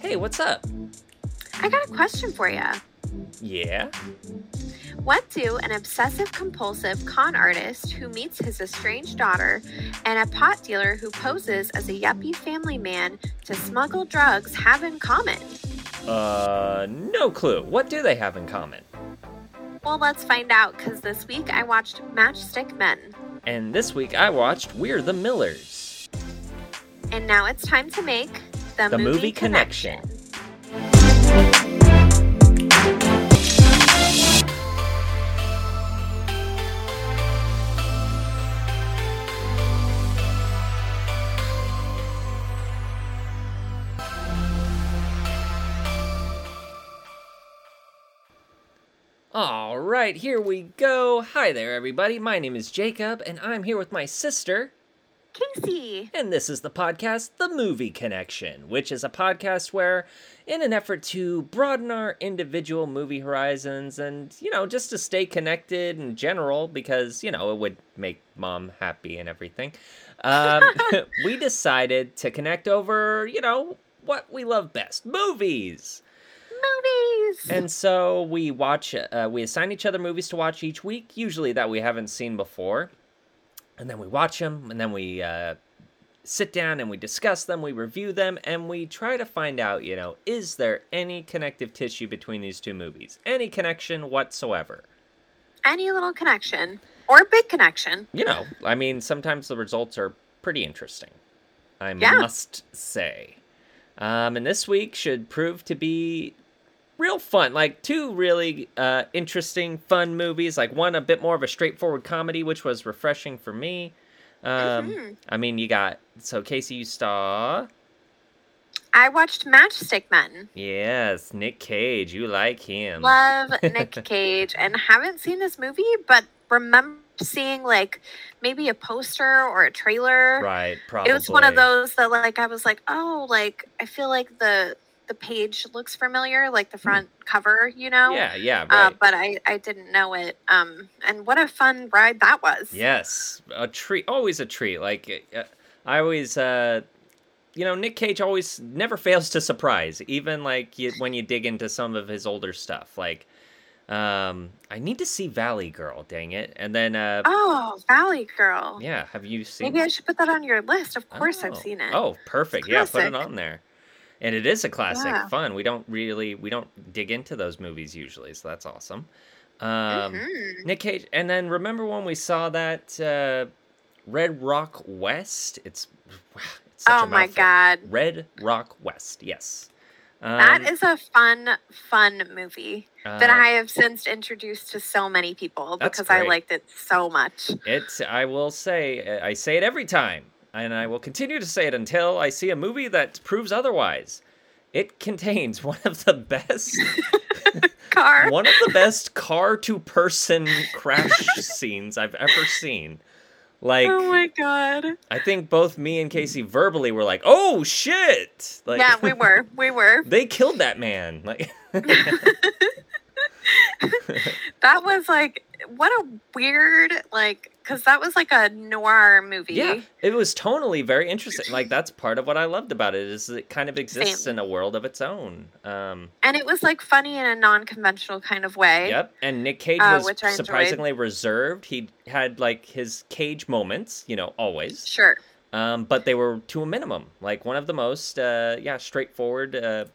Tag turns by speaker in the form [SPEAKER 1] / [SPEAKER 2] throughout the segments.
[SPEAKER 1] Hey, what's up?
[SPEAKER 2] I got a question for you.
[SPEAKER 1] Yeah?
[SPEAKER 2] What do an obsessive compulsive con artist who meets his estranged daughter and a pot dealer who poses as a yuppie family man to smuggle drugs have in common?
[SPEAKER 1] Uh, no clue. What do they have in common?
[SPEAKER 2] Well, let's find out because this week I watched Matchstick Men.
[SPEAKER 1] And this week I watched We're the Millers.
[SPEAKER 2] And now it's time to make the,
[SPEAKER 1] The movie connection. All right, here we go. Hi there, everybody. My name is Jacob, and I'm here with my sister.
[SPEAKER 2] Casey,
[SPEAKER 1] And this is the podcast, The Movie Connection, which is a podcast where, in an effort to broaden our individual movie horizons and, you know, just to stay connected in general, because, you know, it would make mom happy and everything, um, we decided to connect over, you know, what we love best movies.
[SPEAKER 2] movies.
[SPEAKER 1] And so we watch, uh, we assign each other movies to watch each week, usually that we haven't seen before. And then we watch them, and then we uh, sit down and we discuss them, we review them, and we try to find out, you know, is there any connective tissue between these two movies? Any connection whatsoever?
[SPEAKER 2] Any little connection or big connection.
[SPEAKER 1] You know, I mean, sometimes the results are pretty interesting, I
[SPEAKER 2] Yeah.
[SPEAKER 1] must say. Um, and this week should prove to be real fun. Like two really uh, interesting, fun movies. Like one a bit more of a straightforward comedy, which was refreshing for me. Um,
[SPEAKER 2] Mhm.
[SPEAKER 1] I mean, you got so Casey, you saw
[SPEAKER 2] I watched Matchstick Men.
[SPEAKER 1] yes, Nick Cage. You like him?
[SPEAKER 2] Love Nick Cage and haven't seen this movie, but remember seeing like maybe a poster or a trailer.
[SPEAKER 1] Right, probably.
[SPEAKER 2] It was one of those that like I was like, oh, like I feel like the the page looks familiar, like the front cover, you know.
[SPEAKER 1] Hmm. Yeah, yeah, right.
[SPEAKER 2] Uh, but I I didn't know it. Um, and what a fun ride that was.
[SPEAKER 1] Yes, a treat. Always a treat. Like uh, I always, uh, you know, Nick Cage always never fails to surprise. Even like you, when you dig into some of his older stuff. Like, um, I need to see Valley Girl. Dang it! And then, uh,
[SPEAKER 2] Oh, Valley Girl.
[SPEAKER 1] yeah, have you seen?
[SPEAKER 2] Maybe I should put that on your list. Of course, I've
[SPEAKER 1] Oh.
[SPEAKER 2] seen it.
[SPEAKER 1] Oh, perfect. Yeah, put it
[SPEAKER 2] classic.
[SPEAKER 1] on there. And it is a classic.
[SPEAKER 2] Yeah.
[SPEAKER 1] Fun. We don't really we don't dig into those movies usually, so that's awesome. Um,
[SPEAKER 2] Mhm.
[SPEAKER 1] Nick Cage, and then remember when we saw that uh, Red Rock West? It's, it's such
[SPEAKER 2] Oh
[SPEAKER 1] a
[SPEAKER 2] my
[SPEAKER 1] mouthful.
[SPEAKER 2] God,
[SPEAKER 1] Red Rock West. Yes, um,
[SPEAKER 2] that is a fun, fun movie. that
[SPEAKER 1] uh,
[SPEAKER 2] I have since introduced to so many people
[SPEAKER 1] That's
[SPEAKER 2] because I
[SPEAKER 1] great.
[SPEAKER 2] liked it so much.
[SPEAKER 1] It's. I will say. uh, I say it every time, and I will continue to say it until I see a movie that proves otherwise. It contains one of the best,
[SPEAKER 2] Car.
[SPEAKER 1] one of the best car to person crash scenes I've ever seen. Like,
[SPEAKER 2] oh my god.
[SPEAKER 1] I think both me and Casey verbally were like, "Oh shit!" Like,
[SPEAKER 2] yeah, we were. We were.
[SPEAKER 1] they killed that man. Like,
[SPEAKER 2] That was like what a weird like cuz that was like a noir movie.
[SPEAKER 1] yeah, it was tonally very interesting. Like, that's part of what I loved about it is it kind of exists in a world of its own. Um,
[SPEAKER 2] And it was like funny in a non-conventional kind of way.
[SPEAKER 1] Yep, and Nick Cage
[SPEAKER 2] Uh,
[SPEAKER 1] was
[SPEAKER 2] which I enjoyed.
[SPEAKER 1] surprisingly reserved. He had like his Cage moments, you know, always.
[SPEAKER 2] Sure.
[SPEAKER 1] Um, but they were to a minimum. Like one of the most, uh, yeah, straightforward, uh,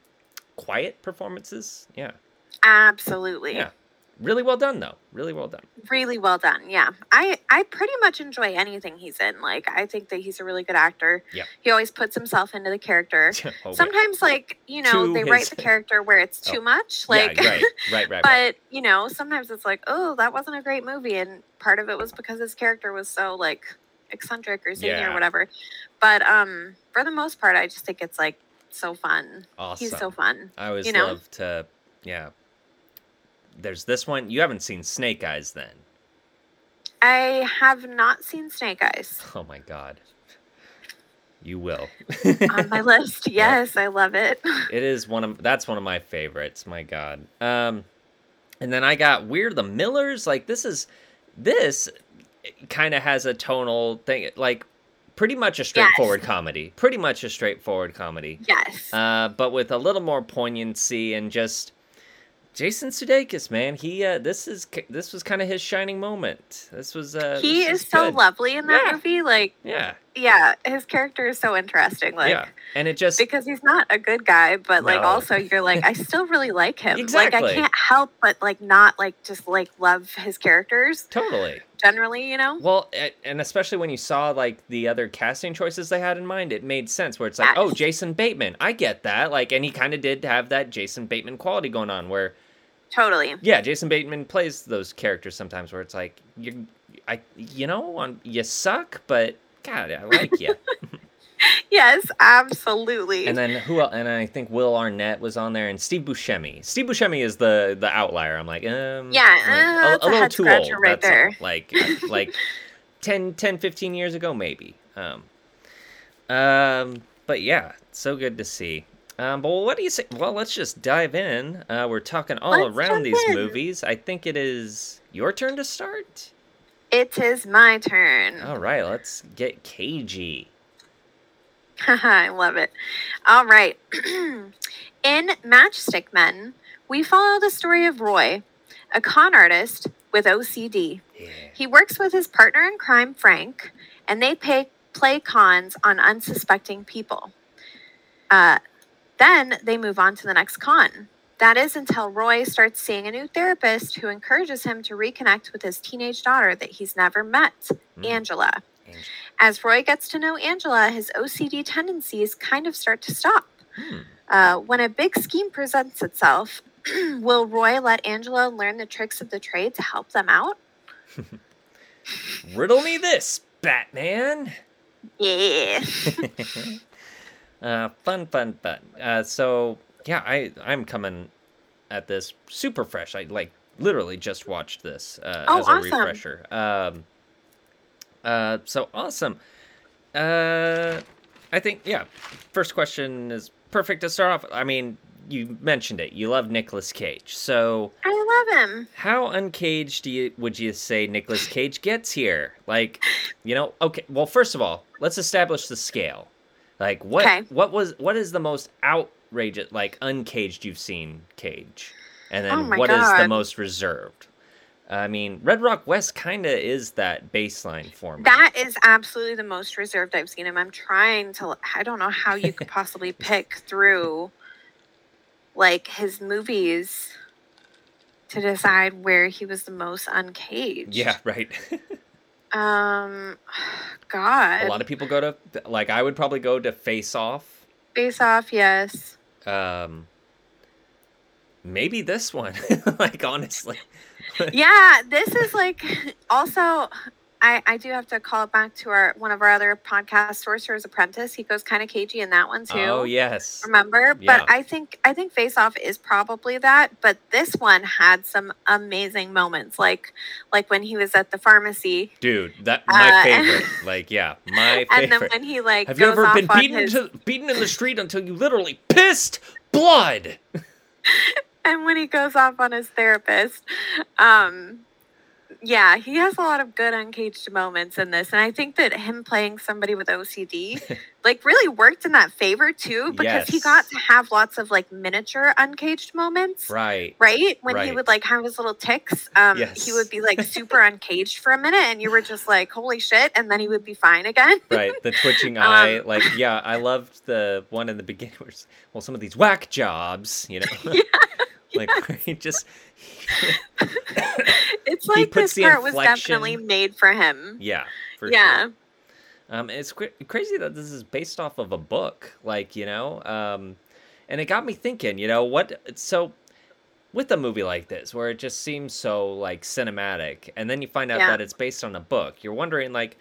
[SPEAKER 1] quiet performances. Yeah,
[SPEAKER 2] Absolutely.
[SPEAKER 1] Yeah. really well done though. Really well done.
[SPEAKER 2] Really well done. Yeah. I I pretty much enjoy anything he's in. Like I think that he's a really good actor.
[SPEAKER 1] Yeah.
[SPEAKER 2] He always puts himself into the character.
[SPEAKER 1] Oh, wait.
[SPEAKER 2] Sometimes like, you know,
[SPEAKER 1] To
[SPEAKER 2] they write
[SPEAKER 1] his-
[SPEAKER 2] the character where it's
[SPEAKER 1] Oh.
[SPEAKER 2] too much. Like
[SPEAKER 1] yeah, right, right, right, right.
[SPEAKER 2] but you know sometimes it's like oh that wasn't a great movie and part of it was because his character was so like eccentric or zany
[SPEAKER 1] Yeah.
[SPEAKER 2] or whatever but um for the most part i just think it's like so fun
[SPEAKER 1] Awesome.
[SPEAKER 2] he's so fun
[SPEAKER 1] I always
[SPEAKER 2] you know.
[SPEAKER 1] love to, yeah. There's this one. You haven't seen Snake Eyes, then?
[SPEAKER 2] i have not seen snake eyes
[SPEAKER 1] Oh my God. You will.
[SPEAKER 2] on my list yes i love it
[SPEAKER 1] it is one of that's one of my favorites my god um and then i got we're the eh, millers like this is this kind of has a tonal thing like pretty much a straightforward comedy. Pretty much a straightforward comedy.
[SPEAKER 2] Yes.
[SPEAKER 1] Uh, but with a little more poignancy and just Jason Sudeikis, man, he uh, this is ki- this was kind of his shining moment. This was uh,
[SPEAKER 2] he
[SPEAKER 1] this
[SPEAKER 2] is so
[SPEAKER 1] good.
[SPEAKER 2] lovely in that
[SPEAKER 1] Yeah.
[SPEAKER 2] movie. Like,
[SPEAKER 1] Yeah,
[SPEAKER 2] yeah, his character is so interesting. Like,
[SPEAKER 1] yeah, and it just
[SPEAKER 2] because he's not a good guy, but like
[SPEAKER 1] No.
[SPEAKER 2] also you're like, I still really like him. Like,
[SPEAKER 1] Exactly.
[SPEAKER 2] I can't help but like not like just like love his characters
[SPEAKER 1] totally.
[SPEAKER 2] generally, you know?
[SPEAKER 1] Well, a- and especially when you saw like the other casting choices they had in mind, it made sense. Where it's like, oh,
[SPEAKER 2] Yes.
[SPEAKER 1] Jason Bateman, I get that. Like, and he kind of did have that Jason Bateman quality going on, where
[SPEAKER 2] Totally.
[SPEAKER 1] yeah, Jason Bateman plays those characters sometimes, where it's like you, I, you know, on you suck, but God, I like you.
[SPEAKER 2] Yes, absolutely.
[SPEAKER 1] and then who else? And I think Will Arnett was on there, and Steve Buscemi. Steve Buscemi is the the outlier. I'm like, um,
[SPEAKER 2] Yeah,
[SPEAKER 1] like,
[SPEAKER 2] uh, that's a head scratcher right
[SPEAKER 1] all.
[SPEAKER 2] there.
[SPEAKER 1] Like, uh, like 10, 10, 15 years ago, maybe. Um, um, but yeah, so good to see. Um, but what do you say? Well, let's just dive in. Uh, we're talking all
[SPEAKER 2] Let's jump
[SPEAKER 1] around these
[SPEAKER 2] in.
[SPEAKER 1] movies. I think it is your turn to start.
[SPEAKER 2] it is my turn.
[SPEAKER 1] All right, let's get cagey.
[SPEAKER 2] I love it. All right. In Matchstick Men, we follow the story of Roy, a con artist with OCD.
[SPEAKER 1] Yeah.
[SPEAKER 2] He works with his partner in crime, Frank, and they pay, play cons on unsuspecting people. Uh, then they move on to the next con. That is until Roy starts seeing a new therapist who encourages him to reconnect with his teenage daughter that he's never met,
[SPEAKER 1] Mm,
[SPEAKER 2] Angela.
[SPEAKER 1] Angela.
[SPEAKER 2] As Roy gets to know Angela, his OCD tendencies kind of start to stop.
[SPEAKER 1] Hmm.
[SPEAKER 2] Uh, when a big scheme presents itself, will Roy let Angela learn the tricks of the trade to help them out?
[SPEAKER 1] Hmm. Riddle me this, Batman.
[SPEAKER 2] Yeah.
[SPEAKER 1] uh, fun, fun, fun. Uh, so yeah, I I'm coming at this super fresh. I like literally just watched this uh,
[SPEAKER 2] Oh,
[SPEAKER 1] as a
[SPEAKER 2] awesome.
[SPEAKER 1] refresher. Um, uh, so awesome. Uh, I think yeah. First question is perfect to start off. I mean, you mentioned it. You love Nicolas Cage, so.
[SPEAKER 2] I love him.
[SPEAKER 1] How uncaged do you would you say Nicolas Cage gets here? Like, you know, okay. Well, first of all, let's establish the scale. Like, what
[SPEAKER 2] Okay.
[SPEAKER 1] what was what is the most outrageous, like uncaged you've seen Cage, and
[SPEAKER 2] Oh
[SPEAKER 1] then
[SPEAKER 2] my
[SPEAKER 1] what is the
[SPEAKER 2] God.
[SPEAKER 1] most reserved? I mean, Red Rock West kind of is that baseline for me.
[SPEAKER 2] That is absolutely the most reserved I've seen him. I'm trying to, I don't know how you could possibly pick through like his movies to decide where he was the most uncaged.
[SPEAKER 1] yeah, right.
[SPEAKER 2] Um, God.
[SPEAKER 1] a lot of people go to like I would probably go to Face Off.
[SPEAKER 2] Face off, yes.
[SPEAKER 1] Um, maybe this one. like honestly.
[SPEAKER 2] Yeah, this is like also. I, I do have to call it back to our one of our other podcasts, Sorcerer's Apprentice. He goes kind of cagey in that one too.
[SPEAKER 1] Oh yes.
[SPEAKER 2] Remember?
[SPEAKER 1] Yeah.
[SPEAKER 2] But I think I think Face Off is probably that. But this one had some amazing moments, like like when he was at the pharmacy,
[SPEAKER 1] Dude, that my
[SPEAKER 2] Uh,
[SPEAKER 1] favorite. Like, yeah, my
[SPEAKER 2] and then
[SPEAKER 1] favorite.
[SPEAKER 2] when he like
[SPEAKER 1] Have you
[SPEAKER 2] goes
[SPEAKER 1] ever
[SPEAKER 2] off
[SPEAKER 1] been
[SPEAKER 2] on
[SPEAKER 1] beaten
[SPEAKER 2] his,
[SPEAKER 1] to, beaten in the street until you literally pissed blood?
[SPEAKER 2] and when he goes off on his therapist um yeah he has a lot of good uncaged moments in this and i think that him playing somebody with ocd like really worked in that favor too because he got
[SPEAKER 1] Yes.
[SPEAKER 2] to have lots of like miniature uncaged moments
[SPEAKER 1] Right.
[SPEAKER 2] Right when he
[SPEAKER 1] Right.
[SPEAKER 2] would like have his little ticks, um,
[SPEAKER 1] Yes.
[SPEAKER 2] he would be like super uncaged for a minute, and you were just like, "Holy shit!" And then he would be fine again.
[SPEAKER 1] Right. The
[SPEAKER 2] Um,
[SPEAKER 1] twitching eye. Like, yeah, I loved the one in the beginning where, it's- well, some of these whack jobs, you know? like, where he just,
[SPEAKER 2] It's like this
[SPEAKER 1] puts the
[SPEAKER 2] part was definitely
[SPEAKER 1] inflection-
[SPEAKER 2] made for him.
[SPEAKER 1] yeah. For
[SPEAKER 2] yeah,
[SPEAKER 1] Sure. Um, it's cra- crazy that this is based off of a book, like you know, um, and it got me thinking. You know what? So, with a movie like this, where it just seems so like cinematic, and then you find out
[SPEAKER 2] Yeah.
[SPEAKER 1] that it's based on a book, you're wondering like,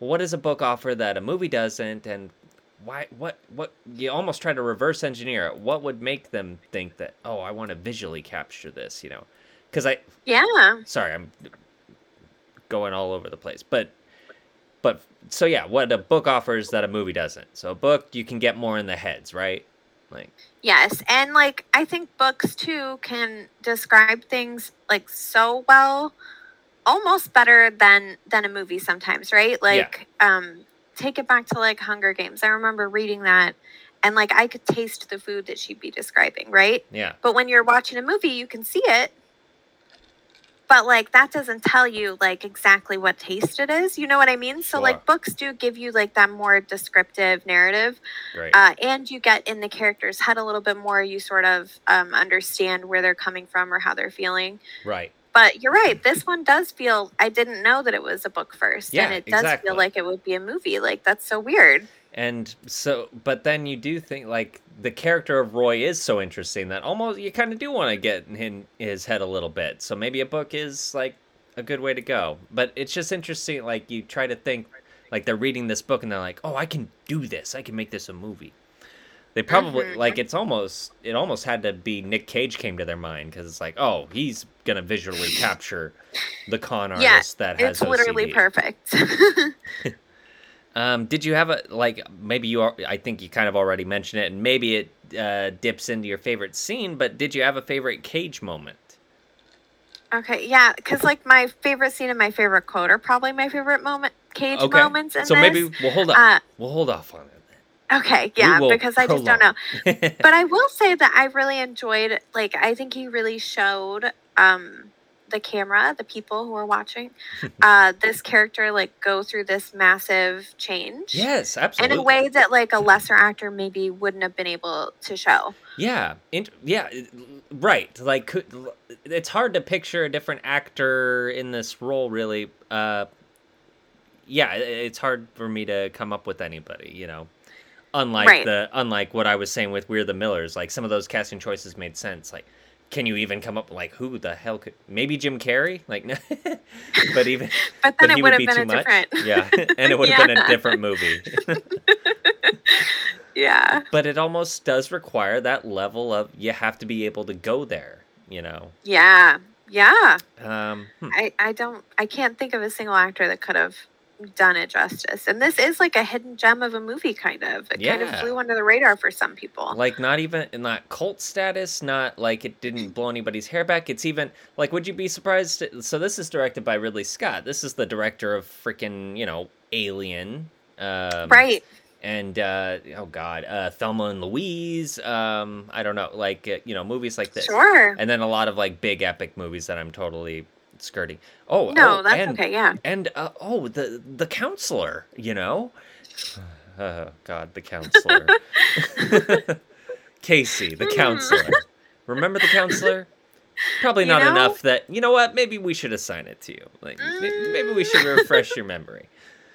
[SPEAKER 1] what does a book offer that a movie doesn't, and why? What? What? You almost try to reverse engineer it. What would make them think that? Oh, I want to visually capture this. You know, because I
[SPEAKER 2] yeah.
[SPEAKER 1] sorry i'm going all over the place but but so yeah what a book offers that a movie doesn't so a book you can get more in the heads right like
[SPEAKER 2] Yes, and like I think books too can describe things like so well, almost better than than a movie sometimes, right? Like um take it back to like Hunger Games. I remember reading that and like I could taste the food that she'd be describing, right?
[SPEAKER 1] Yeah.
[SPEAKER 2] But when you're watching a movie, you can see it. But like that doesn't tell you like exactly what taste it is. You know what I mean? So
[SPEAKER 1] Sure.
[SPEAKER 2] like books do give you like that more descriptive narrative.
[SPEAKER 1] Great.
[SPEAKER 2] Uh, and you get in the character's head a little bit more. You sort of um, understand where they're coming from or how they're feeling.
[SPEAKER 1] right.
[SPEAKER 2] But you're right. This one does feel. I didn't know that it was a book first,
[SPEAKER 1] Yeah,
[SPEAKER 2] and it does
[SPEAKER 1] exactly.
[SPEAKER 2] feel like it would be a movie. Like that's so weird.
[SPEAKER 1] And so, but then you do think like the character of Roy is so interesting that almost you kind of do want to get in his head a little bit. So maybe a book is like a good way to go. But it's just interesting. Like you try to think, like they're reading this book and they're like, oh, I can do this. I can make this a movie. They probably
[SPEAKER 2] Mhm.
[SPEAKER 1] like it's almost it almost had to be Nick Cage came to their mind because it's like, oh, he's gonna visually capture the con
[SPEAKER 2] Yeah,
[SPEAKER 1] artist that has
[SPEAKER 2] It's literally
[SPEAKER 1] OCD.
[SPEAKER 2] perfect.
[SPEAKER 1] Um, did you have a like maybe you are I think you kind of already mentioned it and maybe it uh, dips into your favorite scene, but did you have a favorite cage moment?
[SPEAKER 2] okay, yeah, because like my favorite scene and my favorite quote are probably my favorite moment, cage
[SPEAKER 1] Okay.
[SPEAKER 2] moments in
[SPEAKER 1] so
[SPEAKER 2] this.
[SPEAKER 1] maybe we'll hold off.
[SPEAKER 2] uh,
[SPEAKER 1] we'll hold off on it.
[SPEAKER 2] okay,
[SPEAKER 1] We
[SPEAKER 2] yeah,
[SPEAKER 1] will
[SPEAKER 2] because I just don't know.
[SPEAKER 1] prolong. then.
[SPEAKER 2] but I will say that I really enjoyed like I think he really showed um the camera, the people who were watching, uh this character like go through this massive change.
[SPEAKER 1] yes,
[SPEAKER 2] In
[SPEAKER 1] absolutely.
[SPEAKER 2] a way that like a lesser actor maybe wouldn't have been able to show.
[SPEAKER 1] Yeah, int- yeah, it- right. Like could- l- it's hard to picture a different actor in this role, really. Uh, yeah, i- it's hard for me to come up with anybody, you know. Unlike
[SPEAKER 2] Right.
[SPEAKER 1] the unlike what I was saying with We're the Millers, like some of those casting choices made sense. Like, can you even come up like who the hell could maybe Jim Carrey? Like, no, but even
[SPEAKER 2] But then
[SPEAKER 1] but he
[SPEAKER 2] it would
[SPEAKER 1] would
[SPEAKER 2] have
[SPEAKER 1] be
[SPEAKER 2] been
[SPEAKER 1] too
[SPEAKER 2] a
[SPEAKER 1] much.
[SPEAKER 2] different
[SPEAKER 1] Yeah, and it would have been a
[SPEAKER 2] Yeah.
[SPEAKER 1] different movie.
[SPEAKER 2] Yeah.
[SPEAKER 1] but it almost does require that level of you have to be able to go there you know
[SPEAKER 2] Yeah. Yeah.
[SPEAKER 1] um hmm,
[SPEAKER 2] I, I don't I can't think of a single actor that could have done it justice. And this is like a hidden gem of a movie kind of. It kind of
[SPEAKER 1] Yeah.
[SPEAKER 2] flew under the radar for some people.
[SPEAKER 1] like not even not cult status not like it didn't blow anybody's hair back it's even like would you be surprised so this is directed by ridley scott this is the director of freaking you know alien um,
[SPEAKER 2] right.
[SPEAKER 1] and uh, oh god uh, thelma and louise um, i don't know like uh, you know movies like this
[SPEAKER 2] Sure.
[SPEAKER 1] and then a lot of like big epic movies that i'm totally skirting oh
[SPEAKER 2] No,
[SPEAKER 1] oh,
[SPEAKER 2] that's
[SPEAKER 1] and
[SPEAKER 2] okay. Yeah.
[SPEAKER 1] and uh, oh the the counselor you know oh god the counselor casey the counselor remember the counselor probably
[SPEAKER 2] You
[SPEAKER 1] not
[SPEAKER 2] know?
[SPEAKER 1] enough that you know what maybe we should assign it to you like may- maybe we should refresh your memory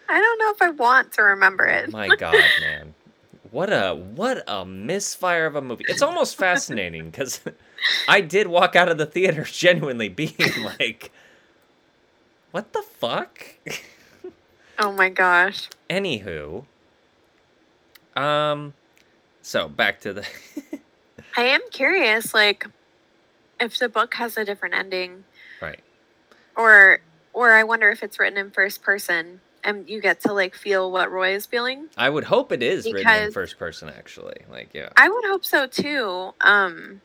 [SPEAKER 2] I don't know if I want to remember it.
[SPEAKER 1] my god man what a what a misfire of a movie it's almost fascinating because i did walk out of the theater genuinely being like what the fuck
[SPEAKER 2] Oh my gosh.
[SPEAKER 1] Anywho, um, so back to the
[SPEAKER 2] I am curious, like, if the book has a different ending,
[SPEAKER 1] right.
[SPEAKER 2] or or I wonder if it's written in first person and you get to like feel what Roy is feeling.
[SPEAKER 1] I would hope it is written in
[SPEAKER 2] Because-
[SPEAKER 1] first person. Actually, like yeah,
[SPEAKER 2] I would hope so too. Um,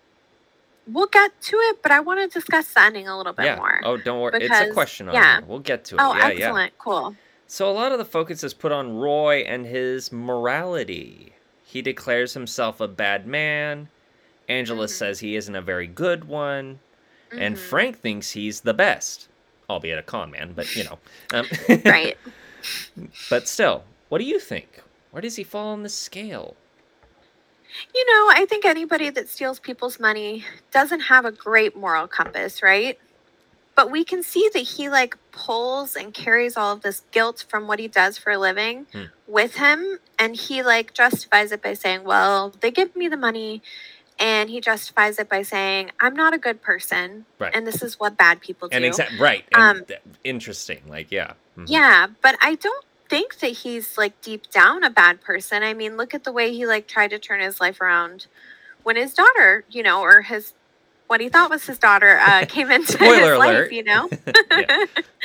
[SPEAKER 2] we'll get to it, but I want to discuss the ending a little bit
[SPEAKER 1] yeah.
[SPEAKER 2] more.
[SPEAKER 1] Oh, don't worry. it's a
[SPEAKER 2] because-
[SPEAKER 1] question on
[SPEAKER 2] yeah.
[SPEAKER 1] here. We'll get to it.
[SPEAKER 2] Oh,
[SPEAKER 1] yeah, yeah.
[SPEAKER 2] excellent! Cool.
[SPEAKER 1] So a lot of the focus is put on Roy and his morality. He declares himself a bad man. Angela
[SPEAKER 2] Mhm.
[SPEAKER 1] says he isn't a very good one, and
[SPEAKER 2] Mhm.
[SPEAKER 1] Frank thinks he's the best, albeit a con man. But you know, um,
[SPEAKER 2] right.
[SPEAKER 1] But still, what do you think? Where does he fall on the scale?
[SPEAKER 2] You know, I think anybody that steals people's money doesn't have a great moral compass, right? But we can see that he like pulls and carries all of this guilt from what he does for a living
[SPEAKER 1] Hmm.
[SPEAKER 2] with him. And he like justifies it by saying, well, they give me the money. And he justifies it by saying, I'm not a good person.
[SPEAKER 1] Right.
[SPEAKER 2] And this is what bad people do.
[SPEAKER 1] And exact right. And
[SPEAKER 2] Um,
[SPEAKER 1] th- interesting. Like yeah. mhm.
[SPEAKER 2] Yeah, but I don't think that he's like deep down a bad person. I mean, look at the way he like tried to turn his life around when his daughter, you know, or his what he thought was his daughter uh, came into
[SPEAKER 1] Spoiler
[SPEAKER 2] his
[SPEAKER 1] alert.
[SPEAKER 2] life, you know.
[SPEAKER 1] Yeah,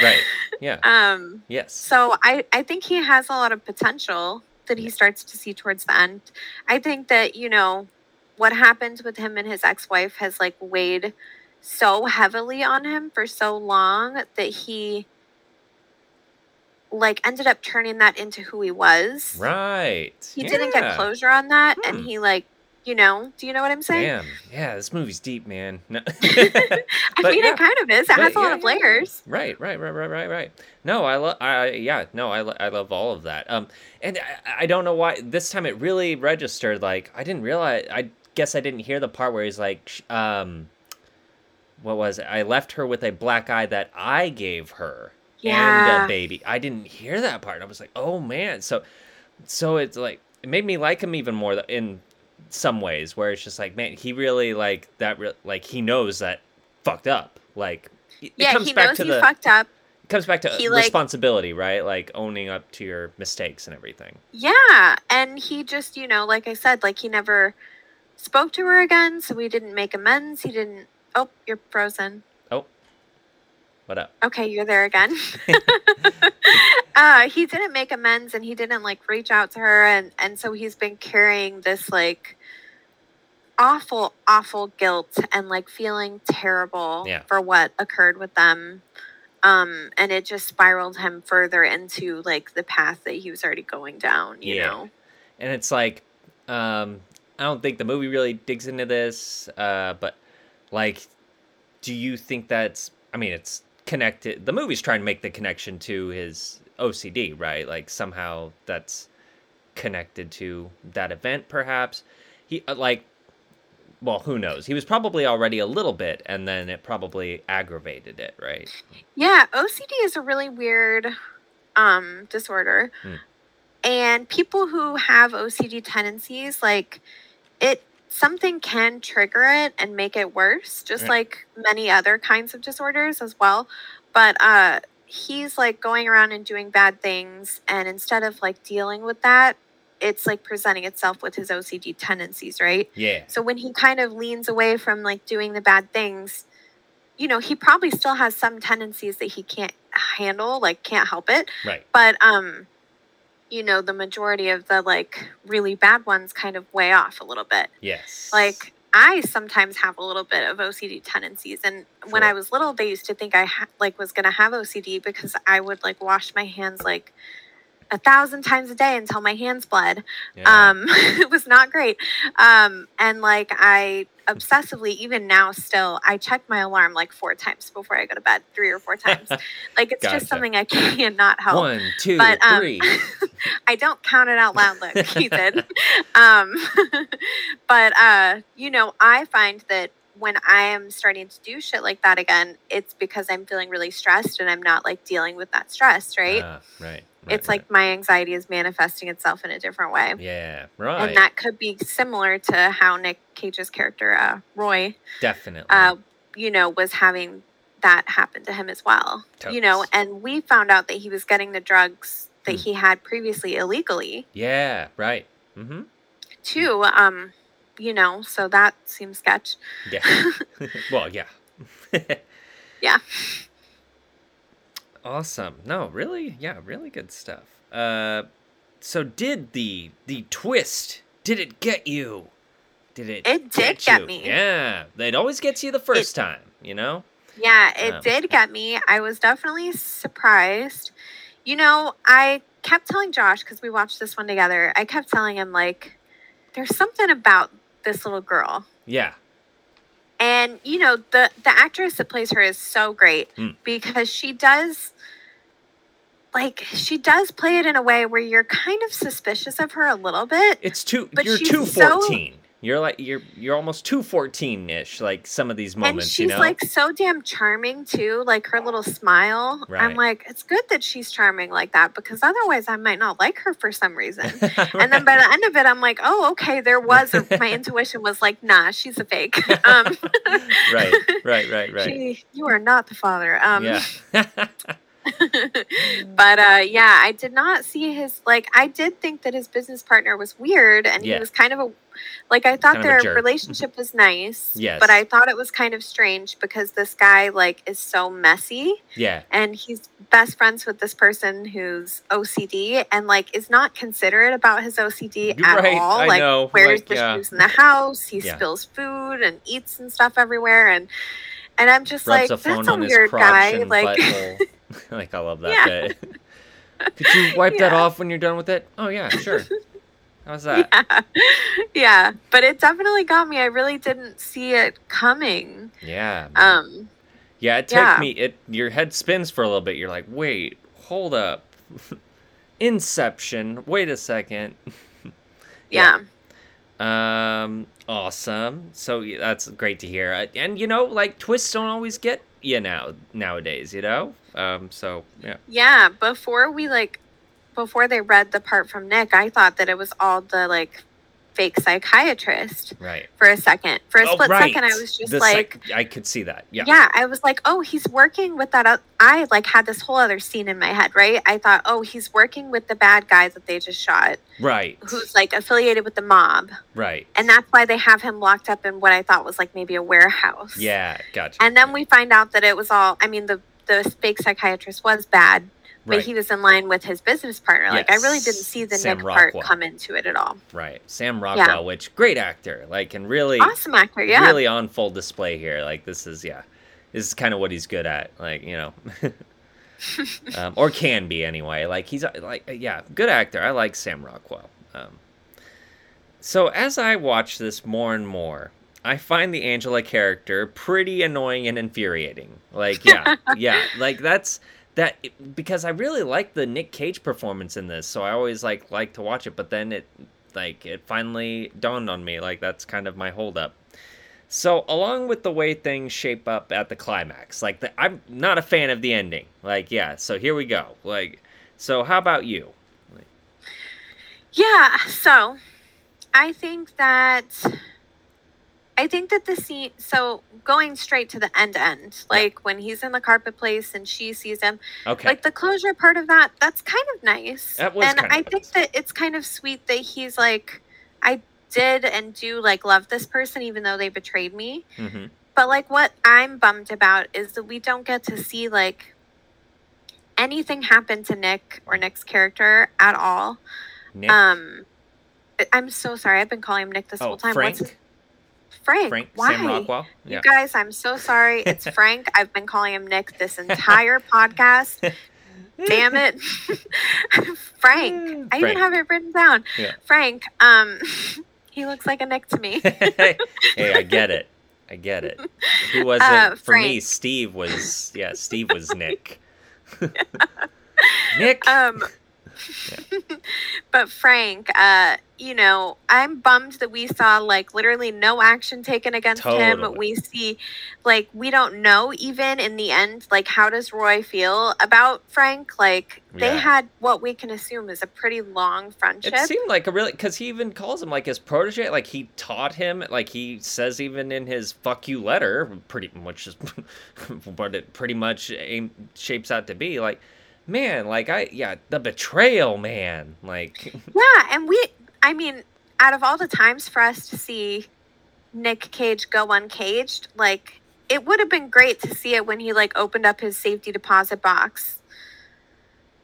[SPEAKER 1] Right. Yeah.
[SPEAKER 2] um,
[SPEAKER 1] Yes.
[SPEAKER 2] so I I think he has a lot of potential that he starts to see towards the end. I think that you know what happened with him and his ex-wife has like weighed so heavily on him for so long that he like ended up turning that into who he was.
[SPEAKER 1] Right.
[SPEAKER 2] He didn't get
[SPEAKER 1] Yeah.
[SPEAKER 2] closure on that,
[SPEAKER 1] Hmm.
[SPEAKER 2] and he like, you know, do you know what I'm saying?
[SPEAKER 1] Damn. Yeah, this movie's deep, man. No.
[SPEAKER 2] I
[SPEAKER 1] But
[SPEAKER 2] mean,
[SPEAKER 1] yeah.
[SPEAKER 2] it kind of is. It
[SPEAKER 1] But
[SPEAKER 2] has a lot
[SPEAKER 1] yeah,
[SPEAKER 2] of
[SPEAKER 1] yeah, yeah.
[SPEAKER 2] layers.
[SPEAKER 1] Right, right, right, right, right, right. No, I love. I yeah. No, I, lo- I love all of that. Um, and I, I don't know why this time it really registered. Like I didn't realize. I guess I didn't hear the part where he's like, sh- um, what was it? I left her with a black eye that I gave her and uh,
[SPEAKER 2] Yeah.
[SPEAKER 1] a baby. I didn't hear that part. I was like, oh man. So, so it's like it made me like him even more th- in some ways, where it's just like, man, he really like that. Re- like he knows that fucked up. Like it it
[SPEAKER 2] yeah,
[SPEAKER 1] comes
[SPEAKER 2] he
[SPEAKER 1] back
[SPEAKER 2] knows
[SPEAKER 1] to
[SPEAKER 2] he
[SPEAKER 1] the
[SPEAKER 2] fucked up.
[SPEAKER 1] it comes back to
[SPEAKER 2] He, like-
[SPEAKER 1] responsibility, right? Like owning up to your mistakes and everything.
[SPEAKER 2] Yeah, and he just, you know, like I said, like he never spoke to her again, so we didn't make amends. He didn't. Oh, you're frozen.
[SPEAKER 1] What up?
[SPEAKER 2] Okay, you're there again. uh, he didn't make amends and he didn't like reach out to her and and so he's been carrying this like awful awful guilt and like feeling terrible
[SPEAKER 1] Yeah.
[SPEAKER 2] for what occurred with them. Um and it just spiraled him further into like the path that he was already going down, you
[SPEAKER 1] Yeah.
[SPEAKER 2] know.
[SPEAKER 1] And it's like, um, I don't think the movie really digs into this, uh, but like, do you think that's? I mean, it's connected. The movie's trying to make the connection to his OCD, right? Like somehow that's connected to that event, perhaps. He uh, like. Well, who knows? He was probably already a little bit, and then it probably aggravated it, right?
[SPEAKER 2] Yeah, OCD is a really weird um disorder.
[SPEAKER 1] Hmm.
[SPEAKER 2] And people who have OCD tendencies like it something can trigger it and make it worse just
[SPEAKER 1] Right.
[SPEAKER 2] like many other kinds of disorders as well. But uh he's like going around and doing bad things and instead of like dealing with that, it's like presenting itself with his OCD tendencies, right?
[SPEAKER 1] Yeah.
[SPEAKER 2] So when he kind of leans away from like doing the bad things, you know, he probably still has some tendencies that he can't handle, like can't help it.
[SPEAKER 1] Right.
[SPEAKER 2] But um, you know, the majority of the like really bad ones kind of weigh off a little bit.
[SPEAKER 1] Yes.
[SPEAKER 2] Like I sometimes have a little bit of OCD tendencies, and when
[SPEAKER 1] Sure.
[SPEAKER 2] I was little, they used to think I ha- like was gonna have OCD because I would like wash my hands like a thousand times a day until my hands bled
[SPEAKER 1] Yeah.
[SPEAKER 2] um it was not great um and like i obsessively even now still i check my alarm like four times before i go to bed three or four times like it's
[SPEAKER 1] Gotcha.
[SPEAKER 2] just something i cannot help
[SPEAKER 1] One, two,
[SPEAKER 2] but, um,
[SPEAKER 1] three.
[SPEAKER 2] i don't count it out loud look he did um but uh you know i find that when i am starting to do shit like that again it's because i'm feeling really stressed and i'm not like dealing with that stress right
[SPEAKER 1] Ah, right, right,
[SPEAKER 2] it's like my anxiety is manifesting itself in a different way
[SPEAKER 1] right. yeah, right.
[SPEAKER 2] and that could be similar to how Nick Cage's character uh, Roy,
[SPEAKER 1] Definitely.
[SPEAKER 2] uh, you know, was having that happen to him as well. You know,
[SPEAKER 1] Totes.
[SPEAKER 2] and we found out that he was getting the drugs that
[SPEAKER 1] Hmm.
[SPEAKER 2] he had previously illegally
[SPEAKER 1] yeah, right. Mm-hmm.
[SPEAKER 2] too.
[SPEAKER 1] Hmm.
[SPEAKER 2] Um, you know, so that seems sketch.
[SPEAKER 1] Yeah. well, yeah.
[SPEAKER 2] Yeah.
[SPEAKER 1] Awesome. No, really, yeah, really good stuff. Uh, so did the the twist? Did it get you? Did it?
[SPEAKER 2] It did
[SPEAKER 1] get,
[SPEAKER 2] get
[SPEAKER 1] you?
[SPEAKER 2] me.
[SPEAKER 1] Yeah, it always gets you the first time. You know.
[SPEAKER 2] Yeah, it
[SPEAKER 1] Wow.
[SPEAKER 2] did get me. I was definitely surprised. You know, I kept telling Josh because we watched this one together. I kept telling him like, "There's something about this little girl."
[SPEAKER 1] Yeah.
[SPEAKER 2] and you know the the actress that plays her is so great
[SPEAKER 1] Mm.
[SPEAKER 2] because she does like she does play it in a way where you're kind of suspicious of her a little bit
[SPEAKER 1] It's two.
[SPEAKER 2] But
[SPEAKER 1] you're
[SPEAKER 2] she's
[SPEAKER 1] two
[SPEAKER 2] so-
[SPEAKER 1] fourteen. You're like you're you're almost two fourteen ish. Like some of these
[SPEAKER 2] and
[SPEAKER 1] moments,
[SPEAKER 2] she's
[SPEAKER 1] you know.
[SPEAKER 2] like so damn charming too like her little smile i'm
[SPEAKER 1] Right.
[SPEAKER 2] like it's good that she's charming like that because otherwise i might not like her for some reason and then by the end of it i'm like oh okay there was a, my intuition was like nah she's a fake um
[SPEAKER 1] right, right, right, right.
[SPEAKER 2] she, you are not the father um
[SPEAKER 1] yeah.
[SPEAKER 2] but uh yeah i did not see his like i did think that his business partner was weird and
[SPEAKER 1] Yeah.
[SPEAKER 2] he was kind of a like i thought
[SPEAKER 1] Kind of a
[SPEAKER 2] their
[SPEAKER 1] jerk.
[SPEAKER 2] relationship was nice
[SPEAKER 1] Yes.
[SPEAKER 2] but i thought it was kind of strange because this guy like is so messy
[SPEAKER 1] yeah.
[SPEAKER 2] and he's best friends with this person who's ocd and like is not considerate about his ocd
[SPEAKER 1] You're
[SPEAKER 2] at
[SPEAKER 1] right,
[SPEAKER 2] all
[SPEAKER 1] I
[SPEAKER 2] like
[SPEAKER 1] know,
[SPEAKER 2] wears
[SPEAKER 1] like,
[SPEAKER 2] the
[SPEAKER 1] yeah.
[SPEAKER 2] shoes in the house he
[SPEAKER 1] Yeah.
[SPEAKER 2] spills food and eats and stuff everywhere and and i'm just like
[SPEAKER 1] Rubs a phone
[SPEAKER 2] that's a
[SPEAKER 1] on his
[SPEAKER 2] weird
[SPEAKER 1] crotch
[SPEAKER 2] guy
[SPEAKER 1] and
[SPEAKER 2] like
[SPEAKER 1] butthole. like I love that
[SPEAKER 2] Yeah.
[SPEAKER 1] bit. Could you wipe that
[SPEAKER 2] Yeah.
[SPEAKER 1] off when you're done with it? Oh yeah, sure. How's that?
[SPEAKER 2] yeah. yeah, but it definitely got me. I really didn't see it coming.
[SPEAKER 1] Yeah. Yeah,
[SPEAKER 2] Um,
[SPEAKER 1] it took
[SPEAKER 2] yeah.
[SPEAKER 1] me it your head spins for a little bit. You're like, wait, hold up. Inception. Wait a second. Yeah.
[SPEAKER 2] yeah.
[SPEAKER 1] Um, awesome. So yeah, that's great to hear. I- And you know, like twists don't always get you now nowadays. You know. Um. So yeah.
[SPEAKER 2] Yeah, before we like before they read the part from Nick, I thought that it was all the like fake psychiatrist
[SPEAKER 1] Right.
[SPEAKER 2] for a second. For a
[SPEAKER 1] Oh,
[SPEAKER 2] split
[SPEAKER 1] right.
[SPEAKER 2] second I was just
[SPEAKER 1] The
[SPEAKER 2] like
[SPEAKER 1] sec- I could see that. Yeah.
[SPEAKER 2] yeah. I was like, "Oh, he's working with that o- I like had this whole other scene in my head, right? I thought, "Oh, he's working with the bad guy that they just shot,
[SPEAKER 1] Right.
[SPEAKER 2] who's like affiliated with the mob."
[SPEAKER 1] Right.
[SPEAKER 2] And that's why they have him locked up in what I thought was like maybe a warehouse.
[SPEAKER 1] Yeah. Gotcha.
[SPEAKER 2] And then we find out that it was all I mean, the the fake psychiatrist was bad, but
[SPEAKER 1] Right.
[SPEAKER 2] he was in line with his business partner. Like I really didn't
[SPEAKER 1] Yes,
[SPEAKER 2] see the
[SPEAKER 1] Sam
[SPEAKER 2] Nick
[SPEAKER 1] Rockwell.
[SPEAKER 2] part come into it at all.
[SPEAKER 1] right. Sam Rockwell, which great actor, like, and really,
[SPEAKER 2] Awesome actor, yeah.
[SPEAKER 1] really on full display here. Like, this is yeah, this is kind of what he's good at. Like, you know. um, or can be anyway. Like he's uh, like uh, yeah, good actor. I like Sam Rockwell. Um, so as I watch this more and more, I find the Angela character pretty annoying and infuriating. Like yeah, yeah, like that's that because I really like the Nick Cage performance in this, so I always like like to watch it. But then it like it finally dawned on me like that's kind of my holdup. So along with the way things shape up at the climax, like the, I'm not a fan of the ending. Like yeah, so here we go. Like so, how about you?
[SPEAKER 2] Yeah, so I think that I think that the scene so going straight to the end to end, like when he's in the carpet place and she sees him,
[SPEAKER 1] Okay,
[SPEAKER 2] like the closure part of that, that's kind of nice.
[SPEAKER 1] That was
[SPEAKER 2] and
[SPEAKER 1] kind of
[SPEAKER 2] I think
[SPEAKER 1] nice.
[SPEAKER 2] that it's kind of sweet that he's like, I did and do like love this person even though they betrayed me.
[SPEAKER 1] hmm
[SPEAKER 2] But like what I'm bummed about is that we don't get to see like anything happen to Nick or Nick's character at all.
[SPEAKER 1] Nick.
[SPEAKER 2] Um I- I'm so sorry. I've been calling him Nick this
[SPEAKER 1] oh,
[SPEAKER 2] whole time. What's
[SPEAKER 1] Frank.
[SPEAKER 2] his- Frank.
[SPEAKER 1] Frank.
[SPEAKER 2] Why?
[SPEAKER 1] Sam Rockwell.
[SPEAKER 2] You
[SPEAKER 1] Yeah.
[SPEAKER 2] guys, I'm so sorry. It's Frank. I've been calling him Nick this entire podcast. Damn it. Frank. I even
[SPEAKER 1] Mm, Frank.
[SPEAKER 2] have it written down.
[SPEAKER 1] Yeah.
[SPEAKER 2] Frank, um he looks like a Nick to me.
[SPEAKER 1] hey, I get it. I get it. Who wasn't
[SPEAKER 2] Uh,
[SPEAKER 1] for me?
[SPEAKER 2] Frank.
[SPEAKER 1] Steve was. Yeah, Steve was Nick. Nick.
[SPEAKER 2] Um, but Frank, uh, you know, I'm bummed that we saw like literally no action taken against him.
[SPEAKER 1] Totally.
[SPEAKER 2] We see, like, we don't know even in the end, like, how does Roy feel about Frank? Like,
[SPEAKER 1] Yeah.
[SPEAKER 2] they had what we can assume is a pretty long friendship.
[SPEAKER 1] It seemed like a really because he even calls him like his protege. Like he taught him. Like he says even in his "fuck you" letter, pretty much is what it pretty much aim, shapes out to be. Like, man, like I yeah, the betrayal, man. Like
[SPEAKER 2] yeah, and we, I mean, out of all the times for us to see Nick Cage go uncaged, like. It would have been great to see it when he like opened up his safety deposit box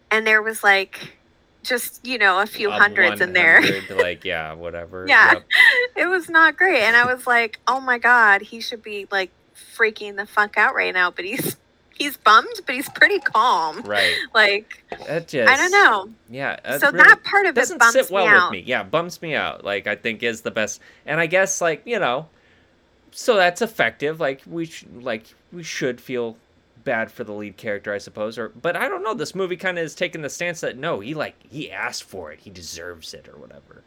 [SPEAKER 2] and there was like just, you know, a few
[SPEAKER 1] a
[SPEAKER 2] hundreds in there.
[SPEAKER 1] 100, like yeah, whatever.
[SPEAKER 2] Yeah.
[SPEAKER 1] yep.
[SPEAKER 2] it was not great and i was like oh my god he should be like freaking the fuck out right now but he's he's bummed but he's pretty calm
[SPEAKER 1] right.
[SPEAKER 2] like
[SPEAKER 1] That just
[SPEAKER 2] i don't know
[SPEAKER 1] Yeah.
[SPEAKER 2] so
[SPEAKER 1] really-
[SPEAKER 2] that part of it
[SPEAKER 1] doesn't
[SPEAKER 2] bumps
[SPEAKER 1] sit well
[SPEAKER 2] me
[SPEAKER 1] with
[SPEAKER 2] out
[SPEAKER 1] me. Yeah, bumps me out. Like I think is the best, and I guess like you know, so that's effective. Like we sh- like we should feel bad for the lead character, I suppose. Or but I don't know. This movie kind of is taking the stance that no, he like he asked for it, he deserves it, or whatever.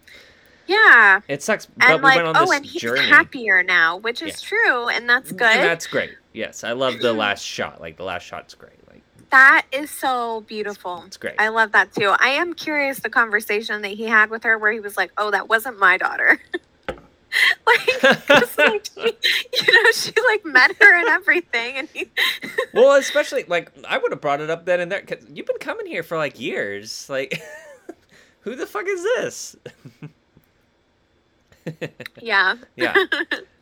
[SPEAKER 2] yeah
[SPEAKER 1] It sucks, but
[SPEAKER 2] and
[SPEAKER 1] we
[SPEAKER 2] like
[SPEAKER 1] went on
[SPEAKER 2] oh
[SPEAKER 1] this
[SPEAKER 2] and he's
[SPEAKER 1] journey.
[SPEAKER 2] happier now which is true and that's
[SPEAKER 1] And
[SPEAKER 2] good
[SPEAKER 1] that's great. Yes, I love the last shot. Like the last shot's great. Like
[SPEAKER 2] that is so beautiful
[SPEAKER 1] it's great.
[SPEAKER 2] i love that too i am curious the conversation that he had with her where he was like oh that wasn't my daughter like 'cause, like she, you know she like met her and everything and he
[SPEAKER 1] well, especially like I would have brought it up then and there because you've been coming here for like years. Like, who the fuck is this?
[SPEAKER 2] yeah
[SPEAKER 1] Yeah.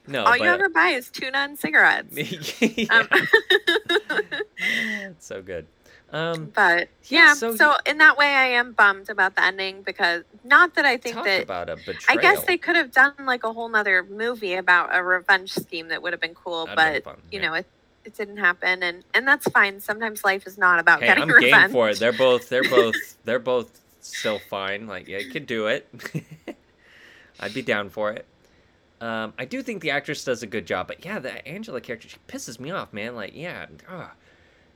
[SPEAKER 1] No.
[SPEAKER 2] All
[SPEAKER 1] Oh, but,
[SPEAKER 2] you ever buy is tuna and cigarettes.
[SPEAKER 1] yeah.
[SPEAKER 2] Um,
[SPEAKER 1] It's so good. Um,
[SPEAKER 2] but
[SPEAKER 1] Yeah,
[SPEAKER 2] yeah,
[SPEAKER 1] so
[SPEAKER 2] so,
[SPEAKER 1] you-
[SPEAKER 2] in that way, I am bummed about the ending because not that I think
[SPEAKER 1] talk
[SPEAKER 2] that
[SPEAKER 1] about a betrayal.
[SPEAKER 2] I guess they could have done like a whole nother movie about a revenge scheme that would have been cool,
[SPEAKER 1] That'd
[SPEAKER 2] but
[SPEAKER 1] been fun,
[SPEAKER 2] you
[SPEAKER 1] yeah.
[SPEAKER 2] know, it it didn't happen and and that's fine sometimes life is not about
[SPEAKER 1] Hey,
[SPEAKER 2] getting
[SPEAKER 1] I'm
[SPEAKER 2] revenge
[SPEAKER 1] game for it. They're both they're both they're both still fine. Like yeah, you could do it. I'd be down for it. Um, I do think the actress does a good job, but yeah, the Angela character she pisses me off, man. Like yeah, ugh.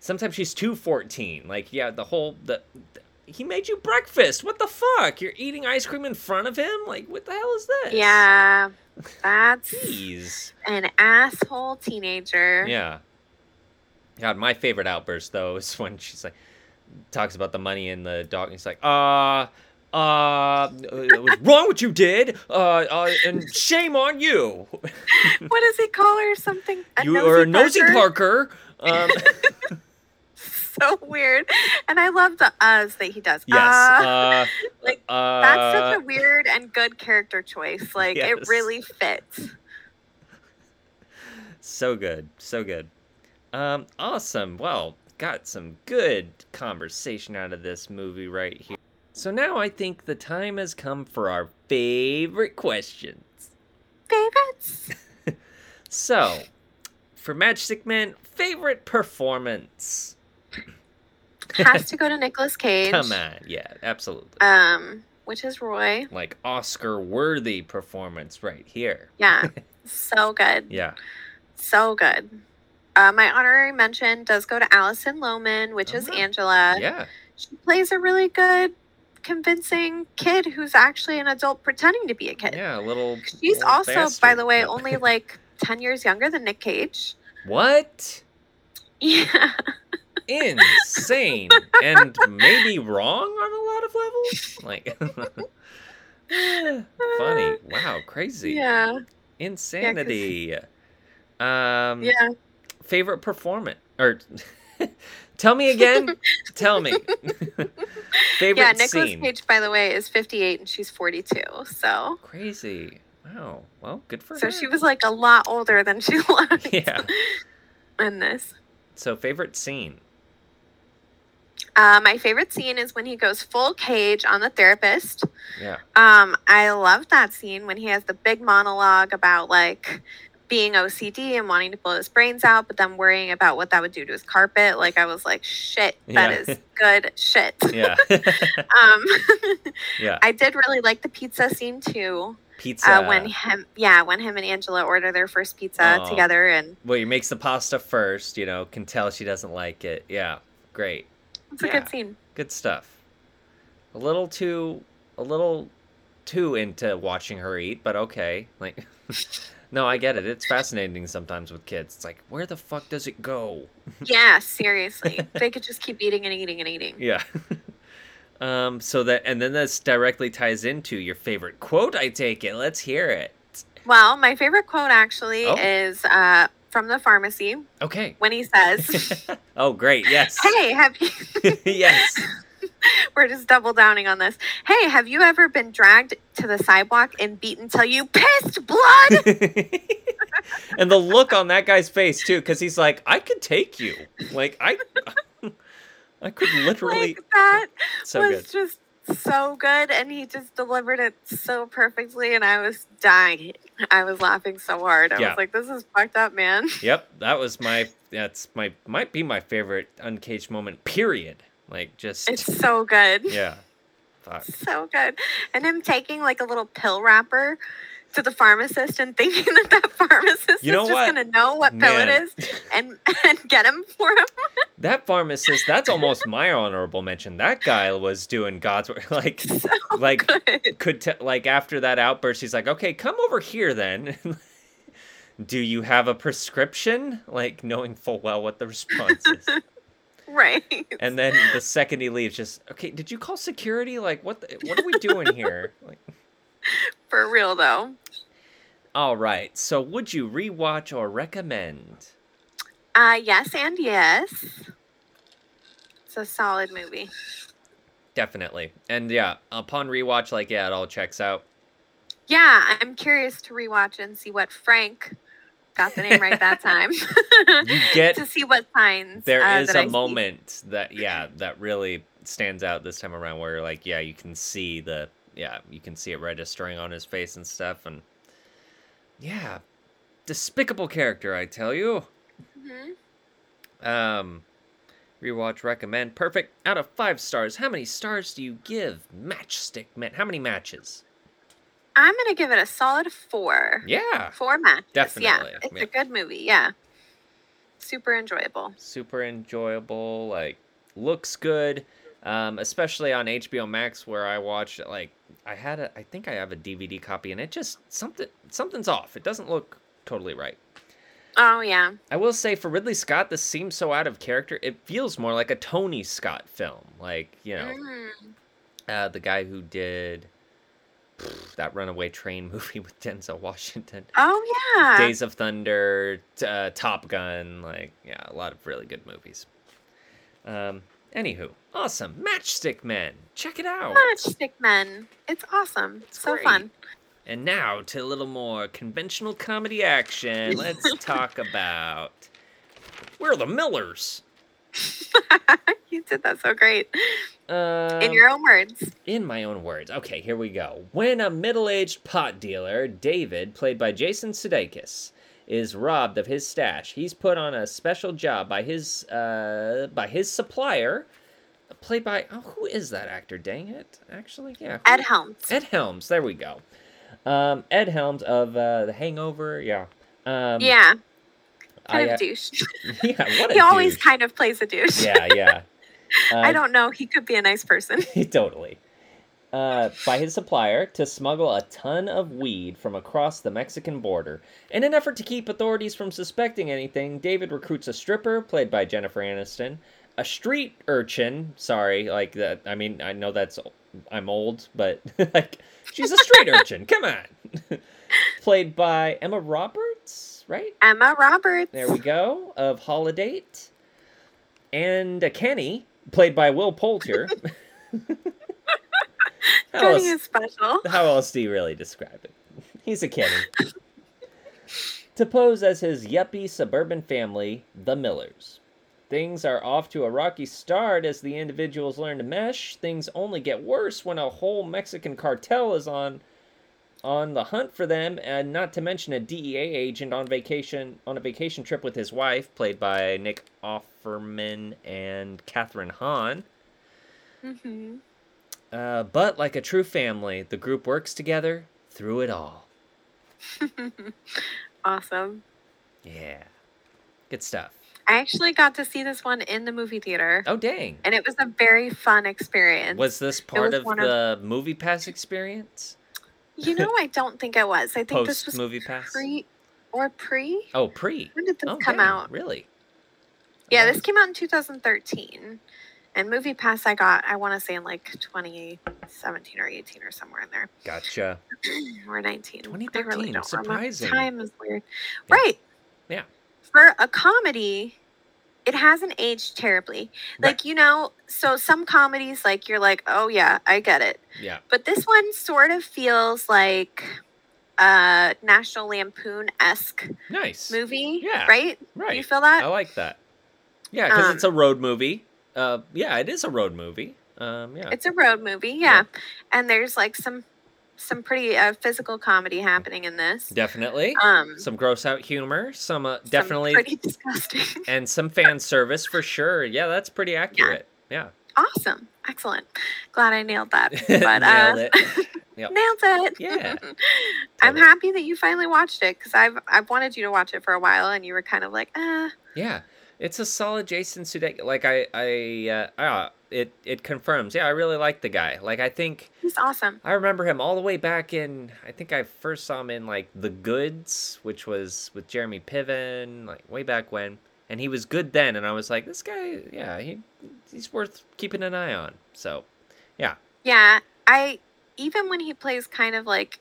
[SPEAKER 1] sometimes she's too fourteen. Like yeah, the whole the, the- he made you breakfast. What the fuck? You're eating ice cream in front of him. Like what the hell is this?
[SPEAKER 2] yeah that's
[SPEAKER 1] Jeez.
[SPEAKER 2] an asshole teenager
[SPEAKER 1] Yeah. God, my favorite outburst though is when she's like talks about the money and the dog. And he's like, uh, uh, it was wrong what you did. Uh, uh, and shame on you.
[SPEAKER 2] what does he call her something a
[SPEAKER 1] you are a nosy
[SPEAKER 2] Parker?
[SPEAKER 1] Parker. Um,
[SPEAKER 2] so weird and i love the uhs that he does
[SPEAKER 1] yes.
[SPEAKER 2] Uh,
[SPEAKER 1] Uh,
[SPEAKER 2] like,
[SPEAKER 1] uh,
[SPEAKER 2] that's such a weird and good character choice like
[SPEAKER 1] Yes.
[SPEAKER 2] it really fits
[SPEAKER 1] so good, so good. Um, awesome. Well, got some good conversation out of this movie right here. So now I think the time has come for our favorite questions.
[SPEAKER 2] favorites
[SPEAKER 1] So, for Matchstick Men, favorite performance?
[SPEAKER 2] has to go to Nicolas Cage
[SPEAKER 1] Come on, yeah, absolutely.
[SPEAKER 2] um which is Roy
[SPEAKER 1] like Oscar worthy performance right here.
[SPEAKER 2] yeah so good
[SPEAKER 1] Yeah,
[SPEAKER 2] So good. Uh, my honorary mention does go to Allison Lohman, which is
[SPEAKER 1] Oh.
[SPEAKER 2] Angela.
[SPEAKER 1] yeah,
[SPEAKER 2] She plays a really good, convincing kid who's actually an adult pretending to be a kid.
[SPEAKER 1] yeah. A little.
[SPEAKER 2] She's
[SPEAKER 1] little
[SPEAKER 2] also, by
[SPEAKER 1] bastard.
[SPEAKER 2] the way,
[SPEAKER 1] Yeah.
[SPEAKER 2] only like 10 years younger than Nick Cage.
[SPEAKER 1] what
[SPEAKER 2] Yeah.
[SPEAKER 1] insane and maybe wrong on a lot of levels. Like, eh, funny. Wow, crazy.
[SPEAKER 2] Yeah.
[SPEAKER 1] Insanity. um.
[SPEAKER 2] Yeah.
[SPEAKER 1] favorite performance or tell me again tell me favorite
[SPEAKER 2] Yeah. Nicholas
[SPEAKER 1] scene
[SPEAKER 2] Cage, by the way, is 58 and she's 42. So.
[SPEAKER 1] crazy wow well good for
[SPEAKER 2] So
[SPEAKER 1] her
[SPEAKER 2] she was like a lot older than she looked
[SPEAKER 1] yeah
[SPEAKER 2] in this.
[SPEAKER 1] so favorite scene
[SPEAKER 2] Uh, my favorite scene is when he goes full cage on the therapist.
[SPEAKER 1] yeah
[SPEAKER 2] Um, I love that scene when he has the big monologue about like being OCD and wanting to blow his brains out, but then worrying about what that would do to his carpet. Like I was like, shit, that
[SPEAKER 1] Yeah.
[SPEAKER 2] is good shit.
[SPEAKER 1] yeah
[SPEAKER 2] Um,
[SPEAKER 1] yeah
[SPEAKER 2] I did really like the pizza scene too.
[SPEAKER 1] pizza
[SPEAKER 2] Uh, when him, yeah, when him and Angela order their first pizza
[SPEAKER 1] Aw.
[SPEAKER 2] together, and
[SPEAKER 1] well he makes the pasta first you know can tell she doesn't like it yeah great
[SPEAKER 2] it's a
[SPEAKER 1] Yeah.
[SPEAKER 2] good scene.
[SPEAKER 1] good stuff a little too a little too into watching her eat but okay like no i get it it's fascinating sometimes with kids it's like where the fuck does it go
[SPEAKER 2] Yeah, seriously, they could just keep eating and eating and eating.
[SPEAKER 1] yeah um so that and then this directly ties into your favorite quote i take it let's hear it
[SPEAKER 2] Well, my favorite quote actually
[SPEAKER 1] Oh.
[SPEAKER 2] is uh, from the pharmacy
[SPEAKER 1] okay
[SPEAKER 2] when he says.
[SPEAKER 1] oh great yes
[SPEAKER 2] Hey, have you,
[SPEAKER 1] yes
[SPEAKER 2] we're just double downing on this. Hey, have you ever been dragged to the sidewalk and beaten till you pissed blood?
[SPEAKER 1] and the look on that guy's face too, because he's like, I could take you. Like I, I could literally.
[SPEAKER 2] like that
[SPEAKER 1] so
[SPEAKER 2] was
[SPEAKER 1] good.
[SPEAKER 2] just so good, and he just delivered it so perfectly, and I was dying. I was laughing so hard. I
[SPEAKER 1] Yeah.
[SPEAKER 2] was like, "This is fucked up, man."
[SPEAKER 1] Yep, that was my. That's my might be my favorite uncaged moment. Period. Like just
[SPEAKER 2] It's so good,
[SPEAKER 1] yeah. Fuck.
[SPEAKER 2] so good. And him taking like a little pill wrapper to the pharmacist and thinking that that pharmacist
[SPEAKER 1] You know
[SPEAKER 2] is just
[SPEAKER 1] what?
[SPEAKER 2] gonna know what pill it
[SPEAKER 1] Man.
[SPEAKER 2] is and and get him for him.
[SPEAKER 1] That pharmacist. That's almost my honorable mention. That guy was doing God's work. Like
[SPEAKER 2] So
[SPEAKER 1] like
[SPEAKER 2] good.
[SPEAKER 1] could t- like after that outburst, he's like, okay, come over here then. Do you have a prescription? Like knowing full well what the response is.
[SPEAKER 2] Right.
[SPEAKER 1] And then the second he leaves, just okay. Did you call security? Like, what? The, what are we doing here? Like,
[SPEAKER 2] For real though.
[SPEAKER 1] all right. So, would you rewatch or recommend?
[SPEAKER 2] Uh yes and yes. It's a solid movie.
[SPEAKER 1] Definitely. And yeah, upon rewatch, like yeah, it all checks out.
[SPEAKER 2] Yeah, I'm curious to rewatch and see what Frank got the name right that time.
[SPEAKER 1] You get
[SPEAKER 2] to see what signs.
[SPEAKER 1] there
[SPEAKER 2] uh,
[SPEAKER 1] is
[SPEAKER 2] that
[SPEAKER 1] a
[SPEAKER 2] I see.
[SPEAKER 1] moment that yeah that really stands out this time around where like yeah you can see the yeah you can see it registering on his face and stuff and yeah despicable character I tell you
[SPEAKER 2] Mhm.
[SPEAKER 1] Um, rewatch recommend. Perfect. Out of five stars, how many stars do you give Matchstick Man? How many matches?
[SPEAKER 2] I'm going to give it a solid four.
[SPEAKER 1] Yeah.
[SPEAKER 2] Four matches.
[SPEAKER 1] Definitely,
[SPEAKER 2] Yeah. It's
[SPEAKER 1] yeah.
[SPEAKER 2] a good movie. Yeah. Super enjoyable.
[SPEAKER 1] super enjoyable like looks good um, especially on hbo max where i watched it like i had a i think i have a dvd copy and it just something something's off it doesn't look totally right
[SPEAKER 2] Oh, yeah.
[SPEAKER 1] i will say for ridley scott this seems so out of character it feels more like a tony scott film like you know
[SPEAKER 2] Mm.
[SPEAKER 1] uh, the guy who did that runaway train movie with denzel washington
[SPEAKER 2] Oh, yeah.
[SPEAKER 1] Days of Thunder, t- uh, Top Gun, like yeah, a lot of really good movies. Um, anywho, awesome Matchstick Men, check it out.
[SPEAKER 2] Matchstick Men. It's awesome. so
[SPEAKER 1] great.
[SPEAKER 2] fun.
[SPEAKER 1] And now to a little more conventional comedy action. Let's talk about We're the Millers.
[SPEAKER 2] You did that so great.
[SPEAKER 1] Um,
[SPEAKER 2] In your own words.
[SPEAKER 1] In my own words. Okay, here we go. When a middle aged pot dealer, David, played by Jason Sudeikis, is robbed of his stash, he's put on a special job by his uh, by his supplier, played by oh, who is that actor? Dang it! Actually, yeah, who-
[SPEAKER 2] Ed Helms.
[SPEAKER 1] Ed Helms. There we go. Um, Ed Helms of uh, The Hangover. Yeah. Um,
[SPEAKER 2] yeah.
[SPEAKER 1] I,
[SPEAKER 2] Kind
[SPEAKER 1] uh,
[SPEAKER 2] of douche.
[SPEAKER 1] yeah. What a
[SPEAKER 2] he always
[SPEAKER 1] douche.
[SPEAKER 2] kind of plays a douche.
[SPEAKER 1] yeah, yeah.
[SPEAKER 2] I
[SPEAKER 1] Uh,
[SPEAKER 2] don't know. He could be a nice person.
[SPEAKER 1] totally. Uh, by his supplier to smuggle a ton of weed from across the Mexican border. In an effort to keep authorities from suspecting anything, David recruits a stripper, played by Jennifer Aniston, a street urchin. Sorry, like that. I mean, I know that's I'm old, but like she's a street urchin. Come on, played by Emma Roberts, right?
[SPEAKER 2] Emma Roberts.
[SPEAKER 1] There we go. Of Holiday. And a Kenny, played by Will Poulter. how,
[SPEAKER 2] Kenny
[SPEAKER 1] else,
[SPEAKER 2] is special.
[SPEAKER 1] how else do you really describe it? He's a Kenny. to pose as his yuppie suburban family, the Millers. Things are off to a rocky start as the individuals learn to mesh. Things only get worse when a whole Mexican cartel is on on the hunt for them, and not to mention a DEA agent on vacation on a vacation trip with his wife, played by Nick Offerman and Catherine Hahn.
[SPEAKER 2] hmm
[SPEAKER 1] Uh, but like a true family, the group works together through it all.
[SPEAKER 2] Awesome.
[SPEAKER 1] Yeah, good stuff.
[SPEAKER 2] I actually got to see this one in the movie theater,
[SPEAKER 1] Oh dang!
[SPEAKER 2] and it was a very fun experience.
[SPEAKER 1] Was this part
[SPEAKER 2] was
[SPEAKER 1] of
[SPEAKER 2] one
[SPEAKER 1] the Movie Pass experience?
[SPEAKER 2] you know, I don't think it was. I think this
[SPEAKER 1] Post
[SPEAKER 2] was
[SPEAKER 1] Movie Pass?
[SPEAKER 2] pre or pre.
[SPEAKER 1] Oh, pre.
[SPEAKER 2] When did this
[SPEAKER 1] Oh,
[SPEAKER 2] come
[SPEAKER 1] dang,
[SPEAKER 2] out?
[SPEAKER 1] Really?
[SPEAKER 2] Yeah,
[SPEAKER 1] Oh.
[SPEAKER 2] this came out in 2013. And Movie Pass I got, I want to say in like 2017 or 18 or somewhere in there.
[SPEAKER 1] Gotcha.
[SPEAKER 2] Or 19. I
[SPEAKER 1] 2013,
[SPEAKER 2] really don't
[SPEAKER 1] surprising.
[SPEAKER 2] Remember. Time is weird.
[SPEAKER 1] Yeah.
[SPEAKER 2] Right.
[SPEAKER 1] Yeah.
[SPEAKER 2] For a comedy, it hasn't aged terribly.
[SPEAKER 1] Right.
[SPEAKER 2] Like, you know, so some comedies, like, you're like, oh, yeah, I get it.
[SPEAKER 1] Yeah.
[SPEAKER 2] But this one sort of feels like a National Lampoon esque
[SPEAKER 1] Nice.
[SPEAKER 2] movie.
[SPEAKER 1] Yeah.
[SPEAKER 2] Right?
[SPEAKER 1] Right. Oh,
[SPEAKER 2] You feel that?
[SPEAKER 1] I like that. Yeah, because
[SPEAKER 2] Um,
[SPEAKER 1] it's a road movie. Uh, yeah, it is a road movie. Um, yeah,
[SPEAKER 2] It's a road movie,
[SPEAKER 1] Yeah.
[SPEAKER 2] yeah. And there's like some some pretty uh, physical comedy happening in this.
[SPEAKER 1] definitely
[SPEAKER 2] Um
[SPEAKER 1] some gross out humor, some uh,
[SPEAKER 2] some
[SPEAKER 1] definitely,
[SPEAKER 2] pretty disgusting.
[SPEAKER 1] and some fan service for sure. Yeah, that's pretty accurate. Yeah,
[SPEAKER 2] awesome. Excellent. Glad I nailed that. But
[SPEAKER 1] nailed
[SPEAKER 2] uh
[SPEAKER 1] it. Yep.
[SPEAKER 2] nailed it.
[SPEAKER 1] Yeah.
[SPEAKER 2] I'm
[SPEAKER 1] Totally.
[SPEAKER 2] happy that you finally watched it because I've I've wanted you to watch it for a while and you were kind of like, uh
[SPEAKER 1] Yeah, it's a solid Jason Sudeikis. Like I, I, uh, ah, it it confirms. Yeah, I really like the guy. Like I think
[SPEAKER 2] he's awesome.
[SPEAKER 1] I remember him all the way back in. I think I first saw him in like The Goods, which was with Jeremy Piven, like way back when. And he was good then, and I was like, this guy, yeah, he he's worth keeping an eye on. So,
[SPEAKER 2] Yeah. I even when he plays kind of like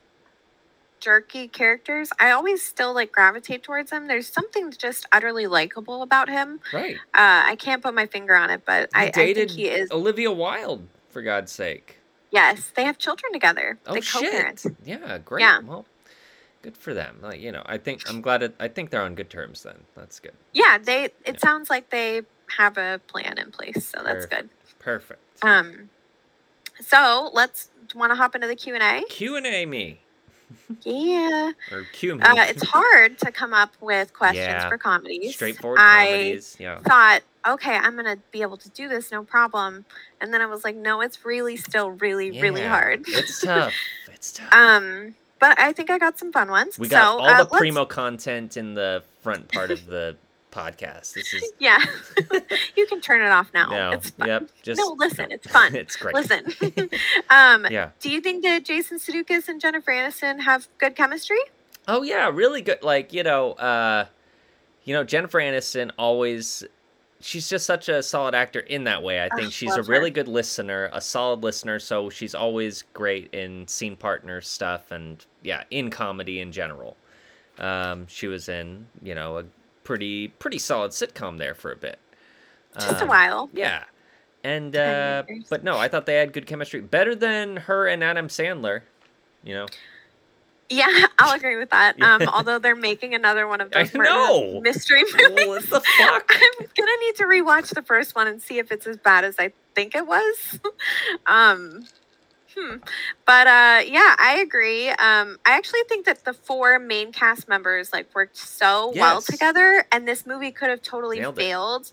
[SPEAKER 2] jerky characters, I always still like gravitate towards him. There's something just utterly likable about him.
[SPEAKER 1] right,
[SPEAKER 2] Uh, I can't put my finger on it, but
[SPEAKER 1] He
[SPEAKER 2] I, I think
[SPEAKER 1] dated Oh.
[SPEAKER 2] he is.
[SPEAKER 1] Olivia Wilde, for God's sake.
[SPEAKER 2] Yes, they have children together.
[SPEAKER 1] Oh
[SPEAKER 2] they
[SPEAKER 1] shit!
[SPEAKER 2] co-parent.
[SPEAKER 1] Yeah, great.
[SPEAKER 2] Yeah.
[SPEAKER 1] Well, good for them. Like you know, I think I'm glad. It, I think they're on good terms. Then that's good.
[SPEAKER 2] Yeah, they. It
[SPEAKER 1] Yeah.
[SPEAKER 2] sounds like they have a plan in place, so that's
[SPEAKER 1] Perfect.
[SPEAKER 2] good.
[SPEAKER 1] Perfect.
[SPEAKER 2] Um, so let's want to hop into the Q and A.
[SPEAKER 1] Q and A me.
[SPEAKER 2] Yeah.
[SPEAKER 1] or cue me.
[SPEAKER 2] Uh, it's hard to come up with questions
[SPEAKER 1] Yeah.
[SPEAKER 2] for comedies.
[SPEAKER 1] Straightforward
[SPEAKER 2] I
[SPEAKER 1] comedies. Yeah.
[SPEAKER 2] thought, okay, I'm going to be able to do this, no problem. And then I was like, no, it's really still really, really
[SPEAKER 1] Yeah.
[SPEAKER 2] hard.
[SPEAKER 1] it's tough. It's tough.
[SPEAKER 2] Um, but I think I got some fun ones.
[SPEAKER 1] we got
[SPEAKER 2] so,
[SPEAKER 1] all
[SPEAKER 2] uh,
[SPEAKER 1] the
[SPEAKER 2] let's-
[SPEAKER 1] primo content in the front part of the podcast. This is
[SPEAKER 2] Yeah. you can turn it off now.
[SPEAKER 1] no.
[SPEAKER 2] It's fun.
[SPEAKER 1] Yep. Just
[SPEAKER 2] no, listen, it's fun.
[SPEAKER 1] it's great.
[SPEAKER 2] listen. um,
[SPEAKER 1] Yeah.
[SPEAKER 2] Do you think that Jason Sudeikis and Jennifer Aniston have good chemistry?
[SPEAKER 1] Oh yeah, really good. Like you know, uh, you know Jennifer Aniston always. She's just such a solid actor in that way. I
[SPEAKER 2] Ugh,
[SPEAKER 1] think she's a
[SPEAKER 2] Ah, love her.
[SPEAKER 1] really good listener, a solid listener. So she's always great in scene partner stuff and yeah, in comedy in general. Um, she was in you know a pretty pretty solid sitcom there for a bit.
[SPEAKER 2] Just a
[SPEAKER 1] Um,
[SPEAKER 2] while.
[SPEAKER 1] yeah. And
[SPEAKER 2] Ten
[SPEAKER 1] uh
[SPEAKER 2] years.
[SPEAKER 1] but no, I thought they had good chemistry. Better than her and Adam Sandler. You know.
[SPEAKER 2] Yeah, I'll agree with that.
[SPEAKER 1] Yeah.
[SPEAKER 2] Um, although they're making another one of
[SPEAKER 1] I
[SPEAKER 2] those murder
[SPEAKER 1] know.
[SPEAKER 2] mystery movies.
[SPEAKER 1] what the fuck?
[SPEAKER 2] I'm gonna need to rewatch the first one and see if it's as bad as I think it was. um, hmm. But uh, yeah, I agree. Um, I actually think that the four main cast members like worked so well
[SPEAKER 1] Yes.
[SPEAKER 2] together, and this movie could have totally
[SPEAKER 1] Nailed it.
[SPEAKER 2] failed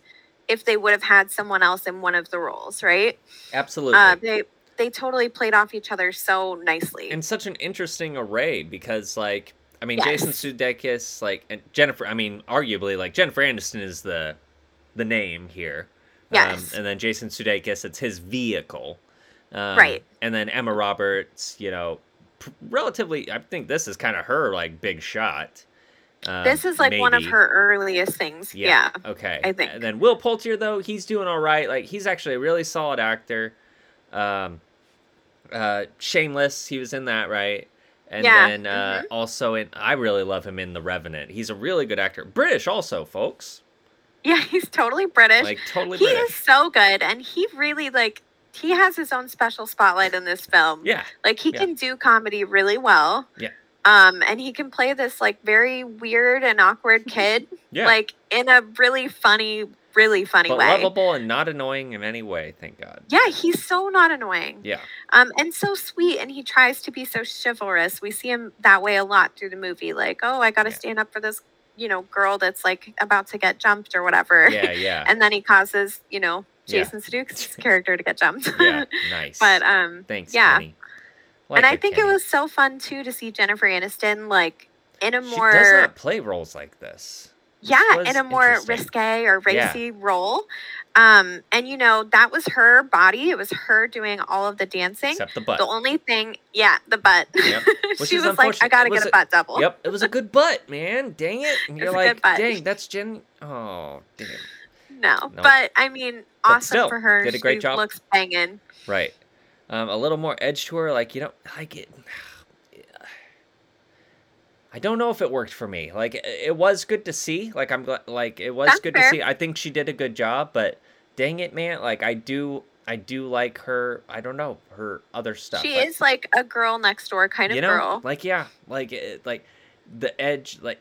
[SPEAKER 2] if they would have had someone else in one of the roles, right?
[SPEAKER 1] Absolutely.
[SPEAKER 2] Uh, they they totally played off each other so nicely.
[SPEAKER 1] and such an interesting array because like I mean
[SPEAKER 2] Yes.
[SPEAKER 1] Jason Sudeikis like and Jennifer I mean arguably like Jennifer Aniston is the the name here.
[SPEAKER 2] Yes.
[SPEAKER 1] Um, and then Jason Sudeikis it's his vehicle. Um,
[SPEAKER 2] Right.
[SPEAKER 1] And then Emma Roberts, you know, pr- relatively I think this is kind of her like big shot. Um,
[SPEAKER 2] this is like one of
[SPEAKER 1] maybe.
[SPEAKER 2] her earliest things. Yeah.
[SPEAKER 1] Okay.
[SPEAKER 2] I think.
[SPEAKER 1] And then Will Poulter though, he's doing all right. Like he's actually a really solid actor. Um uh Shameless, he was in that, right? And
[SPEAKER 2] Yeah, mm-hmm.
[SPEAKER 1] then uh also in I really love him in The Revenant. He's a really good actor. British also, folks.
[SPEAKER 2] yeah. he's totally British.
[SPEAKER 1] Like totally
[SPEAKER 2] he
[SPEAKER 1] British.
[SPEAKER 2] is so good and he really like he has his own special spotlight in this film
[SPEAKER 1] Yeah.
[SPEAKER 2] like he
[SPEAKER 1] yeah.
[SPEAKER 2] can do comedy really well
[SPEAKER 1] Yeah.
[SPEAKER 2] um and he can play this like very weird and awkward kid
[SPEAKER 1] Yeah.
[SPEAKER 2] like in a really funny really funny
[SPEAKER 1] but
[SPEAKER 2] way
[SPEAKER 1] lovable and not annoying in any way, thank God.
[SPEAKER 2] yeah he's so not annoying
[SPEAKER 1] Yeah.
[SPEAKER 2] um and so sweet and he tries to be so chivalrous we see him that way a lot through the movie like oh i gotta
[SPEAKER 1] Yeah.
[SPEAKER 2] stand up for this you know girl that's like about to get jumped or whatever
[SPEAKER 1] Yeah, yeah.
[SPEAKER 2] and then he causes you know
[SPEAKER 1] Yeah.
[SPEAKER 2] Jason Sudeikis' character to get jumped.
[SPEAKER 1] yeah. Nice.
[SPEAKER 2] but um,
[SPEAKER 1] Thanks,
[SPEAKER 2] yeah.
[SPEAKER 1] Kenny. Like
[SPEAKER 2] and I
[SPEAKER 1] a
[SPEAKER 2] think it
[SPEAKER 1] Kenny.
[SPEAKER 2] was so fun too to see Jennifer Aniston like in a
[SPEAKER 1] she does
[SPEAKER 2] more
[SPEAKER 1] not play roles like this.
[SPEAKER 2] yeah
[SPEAKER 1] was
[SPEAKER 2] in a more
[SPEAKER 1] interesting.
[SPEAKER 2] risque or
[SPEAKER 1] Yeah.
[SPEAKER 2] racy role. Um, and you know that was her body; it was her doing all of the dancing.
[SPEAKER 1] Except the butt.
[SPEAKER 2] the only thing, yeah, the butt.
[SPEAKER 1] Yep. Which
[SPEAKER 2] she
[SPEAKER 1] is
[SPEAKER 2] was like, "I
[SPEAKER 1] unfortunate.
[SPEAKER 2] gotta
[SPEAKER 1] Was
[SPEAKER 2] get a
[SPEAKER 1] it-
[SPEAKER 2] butt double."
[SPEAKER 1] Yep, it was a good butt, man. Dang it! And
[SPEAKER 2] It
[SPEAKER 1] you're
[SPEAKER 2] was a
[SPEAKER 1] like,
[SPEAKER 2] good butt.
[SPEAKER 1] dang, that's Jen. Oh, damn.
[SPEAKER 2] No,
[SPEAKER 1] No.
[SPEAKER 2] but I mean,
[SPEAKER 1] But
[SPEAKER 2] awesome
[SPEAKER 1] still,
[SPEAKER 2] for her.
[SPEAKER 1] did a great
[SPEAKER 2] she
[SPEAKER 1] job.
[SPEAKER 2] Looks banging.
[SPEAKER 1] Right. Um, a little more edge to her. Like you don't like it. I don't know if it worked for me. Like it- it was good to see. Like I'm glad. Like it was
[SPEAKER 2] That's
[SPEAKER 1] good
[SPEAKER 2] fair.
[SPEAKER 1] to see. I think she did a good job, but dang it, man. Like I do. I do like her. I don't know her other stuff.
[SPEAKER 2] She
[SPEAKER 1] like-
[SPEAKER 2] is like a girl next door kind of
[SPEAKER 1] you know,
[SPEAKER 2] girl.
[SPEAKER 1] like yeah, like it, like the edge, like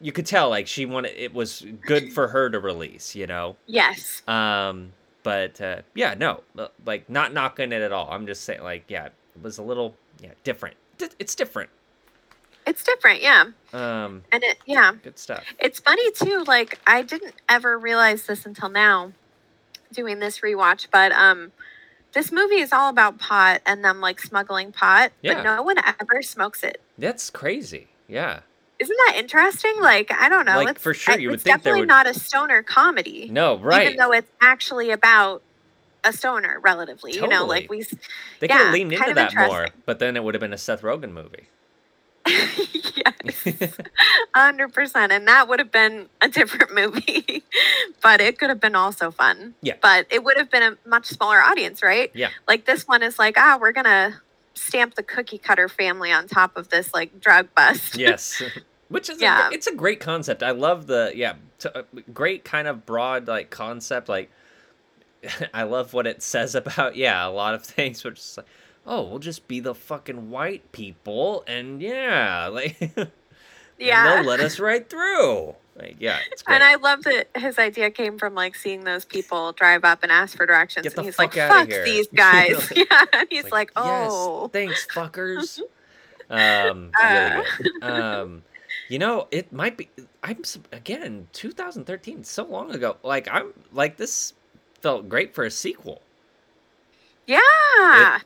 [SPEAKER 1] you could tell, like she wanted. It was good for her to release, you know.
[SPEAKER 2] yes.
[SPEAKER 1] Um, but uh, yeah, no, l- like not knocking it at all. I'm just saying, like yeah, it was a little yeah different. Di- It's different.
[SPEAKER 2] It's different, yeah.
[SPEAKER 1] Um,
[SPEAKER 2] And it yeah.
[SPEAKER 1] good stuff.
[SPEAKER 2] It's funny too, like I didn't ever realize this until now doing this rewatch, but um this movie is all about pot and them like smuggling pot,
[SPEAKER 1] Yeah.
[SPEAKER 2] but no one ever smokes it.
[SPEAKER 1] That's crazy. Yeah.
[SPEAKER 2] Isn't that interesting? Like I don't know.
[SPEAKER 1] Like,
[SPEAKER 2] it's
[SPEAKER 1] for sure,
[SPEAKER 2] I-
[SPEAKER 1] you would
[SPEAKER 2] it's
[SPEAKER 1] think there
[SPEAKER 2] definitely
[SPEAKER 1] would-
[SPEAKER 2] not a stoner comedy.
[SPEAKER 1] No, right.
[SPEAKER 2] Even though it's actually about a stoner relatively. You know,
[SPEAKER 1] Totally.
[SPEAKER 2] like we s-
[SPEAKER 1] they could
[SPEAKER 2] yeah,
[SPEAKER 1] have leaned
[SPEAKER 2] kind
[SPEAKER 1] into
[SPEAKER 2] of
[SPEAKER 1] that more,
[SPEAKER 2] interesting.
[SPEAKER 1] but then it would have been a Seth Rogen movie.
[SPEAKER 2] yes. hundred percent, and that would have been a different movie, but it could have been also fun.
[SPEAKER 1] Yeah.
[SPEAKER 2] but it would have been a much smaller audience, right?
[SPEAKER 1] Yeah.
[SPEAKER 2] like this one is like, ah, we're gonna stamp the cookie cutter family on top of this like drug bust.
[SPEAKER 1] yes which is
[SPEAKER 2] Yeah.
[SPEAKER 1] a, it's a great concept i love the yeah t- uh, great kind of broad like concept like i love what it says about yeah a lot of things which is like oh we'll just be the fucking white people and yeah like and
[SPEAKER 2] yeah.
[SPEAKER 1] they'll let us right through like yeah it's great
[SPEAKER 2] And I love that his idea came from like seeing those people drive up and ask for directions,
[SPEAKER 1] Get the
[SPEAKER 2] and he's
[SPEAKER 1] fuck
[SPEAKER 2] like,
[SPEAKER 1] outta
[SPEAKER 2] "Fuck
[SPEAKER 1] here."
[SPEAKER 2] these guys!" yeah, and he's
[SPEAKER 1] It's
[SPEAKER 2] like,
[SPEAKER 1] "Yes,
[SPEAKER 2] "Oh,
[SPEAKER 1] thanks fuckers Um,
[SPEAKER 2] Uh.
[SPEAKER 1] really good. um, you know, it might be. I'm s- again 2013, so long ago. Like I'm like this felt great for a sequel.
[SPEAKER 2] Yeah.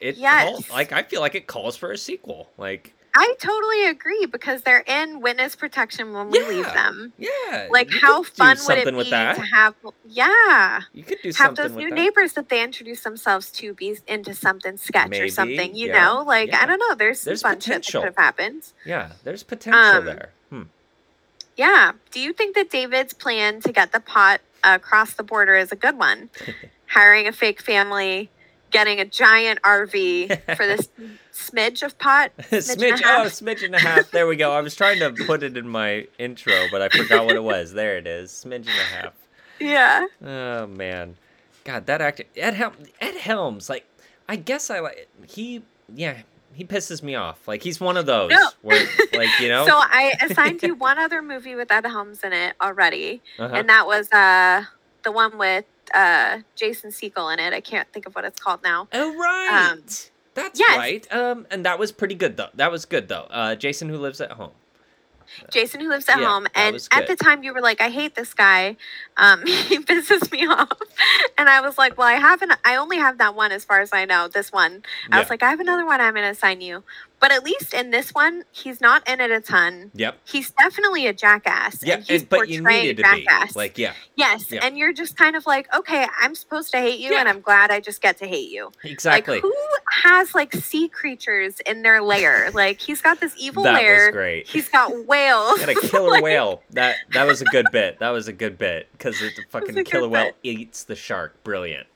[SPEAKER 1] it, it
[SPEAKER 2] Ah, yes.
[SPEAKER 1] calls- like I feel like it calls for a sequel. Like
[SPEAKER 2] I totally agree because they're in witness protection when we leave
[SPEAKER 1] Yeah.
[SPEAKER 2] them.
[SPEAKER 1] yeah,
[SPEAKER 2] Like,
[SPEAKER 1] you could
[SPEAKER 2] how
[SPEAKER 1] do
[SPEAKER 2] fun would
[SPEAKER 1] something
[SPEAKER 2] it be
[SPEAKER 1] with that?
[SPEAKER 2] to have? Yeah,
[SPEAKER 1] You could do
[SPEAKER 2] have
[SPEAKER 1] something
[SPEAKER 2] those
[SPEAKER 1] with
[SPEAKER 2] new
[SPEAKER 1] that.
[SPEAKER 2] neighbors that they introduce themselves to be into something sketch or
[SPEAKER 1] Maybe,
[SPEAKER 2] something. You
[SPEAKER 1] yeah,
[SPEAKER 2] know, like
[SPEAKER 1] yeah.
[SPEAKER 2] I don't know. There's some
[SPEAKER 1] There's
[SPEAKER 2] fun
[SPEAKER 1] potential.
[SPEAKER 2] shit that could have happened.
[SPEAKER 1] Yeah, there's potential
[SPEAKER 2] Um,
[SPEAKER 1] there. Hmm.
[SPEAKER 2] Yeah. Do you think that David's plan to get the pot across the border is a good one? Hiring a fake family, getting a giant RV for this smidge of pot?
[SPEAKER 1] smidge,
[SPEAKER 2] and a
[SPEAKER 1] oh,
[SPEAKER 2] half.
[SPEAKER 1] smidge and a half. There we go. I was trying to put it in my intro, but I forgot what it was. There it is. Smidge and a half.
[SPEAKER 2] Yeah.
[SPEAKER 1] Oh man, God, that actor Ed Helm. Ed Helms, like, I guess I like he. Yeah, he pisses me off. Like he's one of those
[SPEAKER 2] No.
[SPEAKER 1] where, like, you know,
[SPEAKER 2] So I assigned you one other movie with Ed Helms in it already,
[SPEAKER 1] uh-huh.
[SPEAKER 2] and that was uh the one with uh Jason Segel in it. I can't think of what it's called now.
[SPEAKER 1] Oh right, that's
[SPEAKER 2] um, yes.
[SPEAKER 1] right. Um, and that was pretty good though. That was good though. Uh, Jason who lives at home.
[SPEAKER 2] Jason who lives at
[SPEAKER 1] Uh, Yeah,
[SPEAKER 2] home,
[SPEAKER 1] that
[SPEAKER 2] and
[SPEAKER 1] was
[SPEAKER 2] at the
[SPEAKER 1] good.
[SPEAKER 2] time you were like, "I hate this guy, um, he pisses me off," and I was like, "Well, I haven't. I only have that one, as far as I know. This one. I
[SPEAKER 1] Yeah.
[SPEAKER 2] was like, I have another one. I'm gonna assign you, but at least in this one, he's not in it a ton.
[SPEAKER 1] Yep.
[SPEAKER 2] He's definitely a jackass.
[SPEAKER 1] Yeah,
[SPEAKER 2] and he's
[SPEAKER 1] and- but you
[SPEAKER 2] portraying
[SPEAKER 1] needed to
[SPEAKER 2] jackass.
[SPEAKER 1] be like, yeah,
[SPEAKER 2] yes,
[SPEAKER 1] yeah.
[SPEAKER 2] and you're just kind of like, okay, I'm supposed to hate you, and
[SPEAKER 1] Yeah.
[SPEAKER 2] I'm glad I just get to hate you.
[SPEAKER 1] exactly.
[SPEAKER 2] Like, who has like sea creatures in their lair? like, he's got this evil
[SPEAKER 1] that was
[SPEAKER 2] lair.
[SPEAKER 1] great.
[SPEAKER 2] He's got whales.
[SPEAKER 1] Got a killer whale. That that was a good bit. That was a good bit because the
[SPEAKER 2] a
[SPEAKER 1] fucking
[SPEAKER 2] good
[SPEAKER 1] killer whale
[SPEAKER 2] bit.
[SPEAKER 1] eats the shark. Brilliant.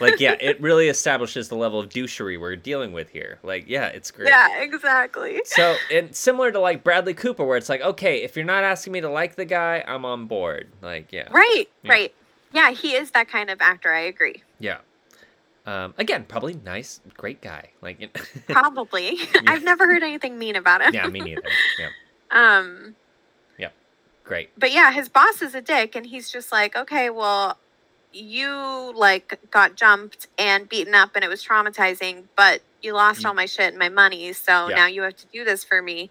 [SPEAKER 1] like yeah, it really establishes the level of douchery we're dealing with here. Like yeah, it's great.
[SPEAKER 2] Yeah, exactly.
[SPEAKER 1] So and similar to like Bradley Cooper, where it's like, okay, if you're not asking me to like the guy, I'm on board. Like yeah,
[SPEAKER 2] Right,
[SPEAKER 1] Yeah.
[SPEAKER 2] right. Yeah, he is that kind of actor. I agree.
[SPEAKER 1] yeah. Um, again, probably nice, great guy. Like you know-
[SPEAKER 2] Probably. I've never heard anything mean about him.
[SPEAKER 1] yeah, me neither. Yeah,
[SPEAKER 2] Um,
[SPEAKER 1] great.
[SPEAKER 2] but yeah, his boss is a dick, and he's just like, okay, well, you like got jumped and beaten up, and it was traumatizing, but you lost
[SPEAKER 1] Mm.
[SPEAKER 2] all my shit and my money, so
[SPEAKER 1] Yeah.
[SPEAKER 2] now you have to do this for me.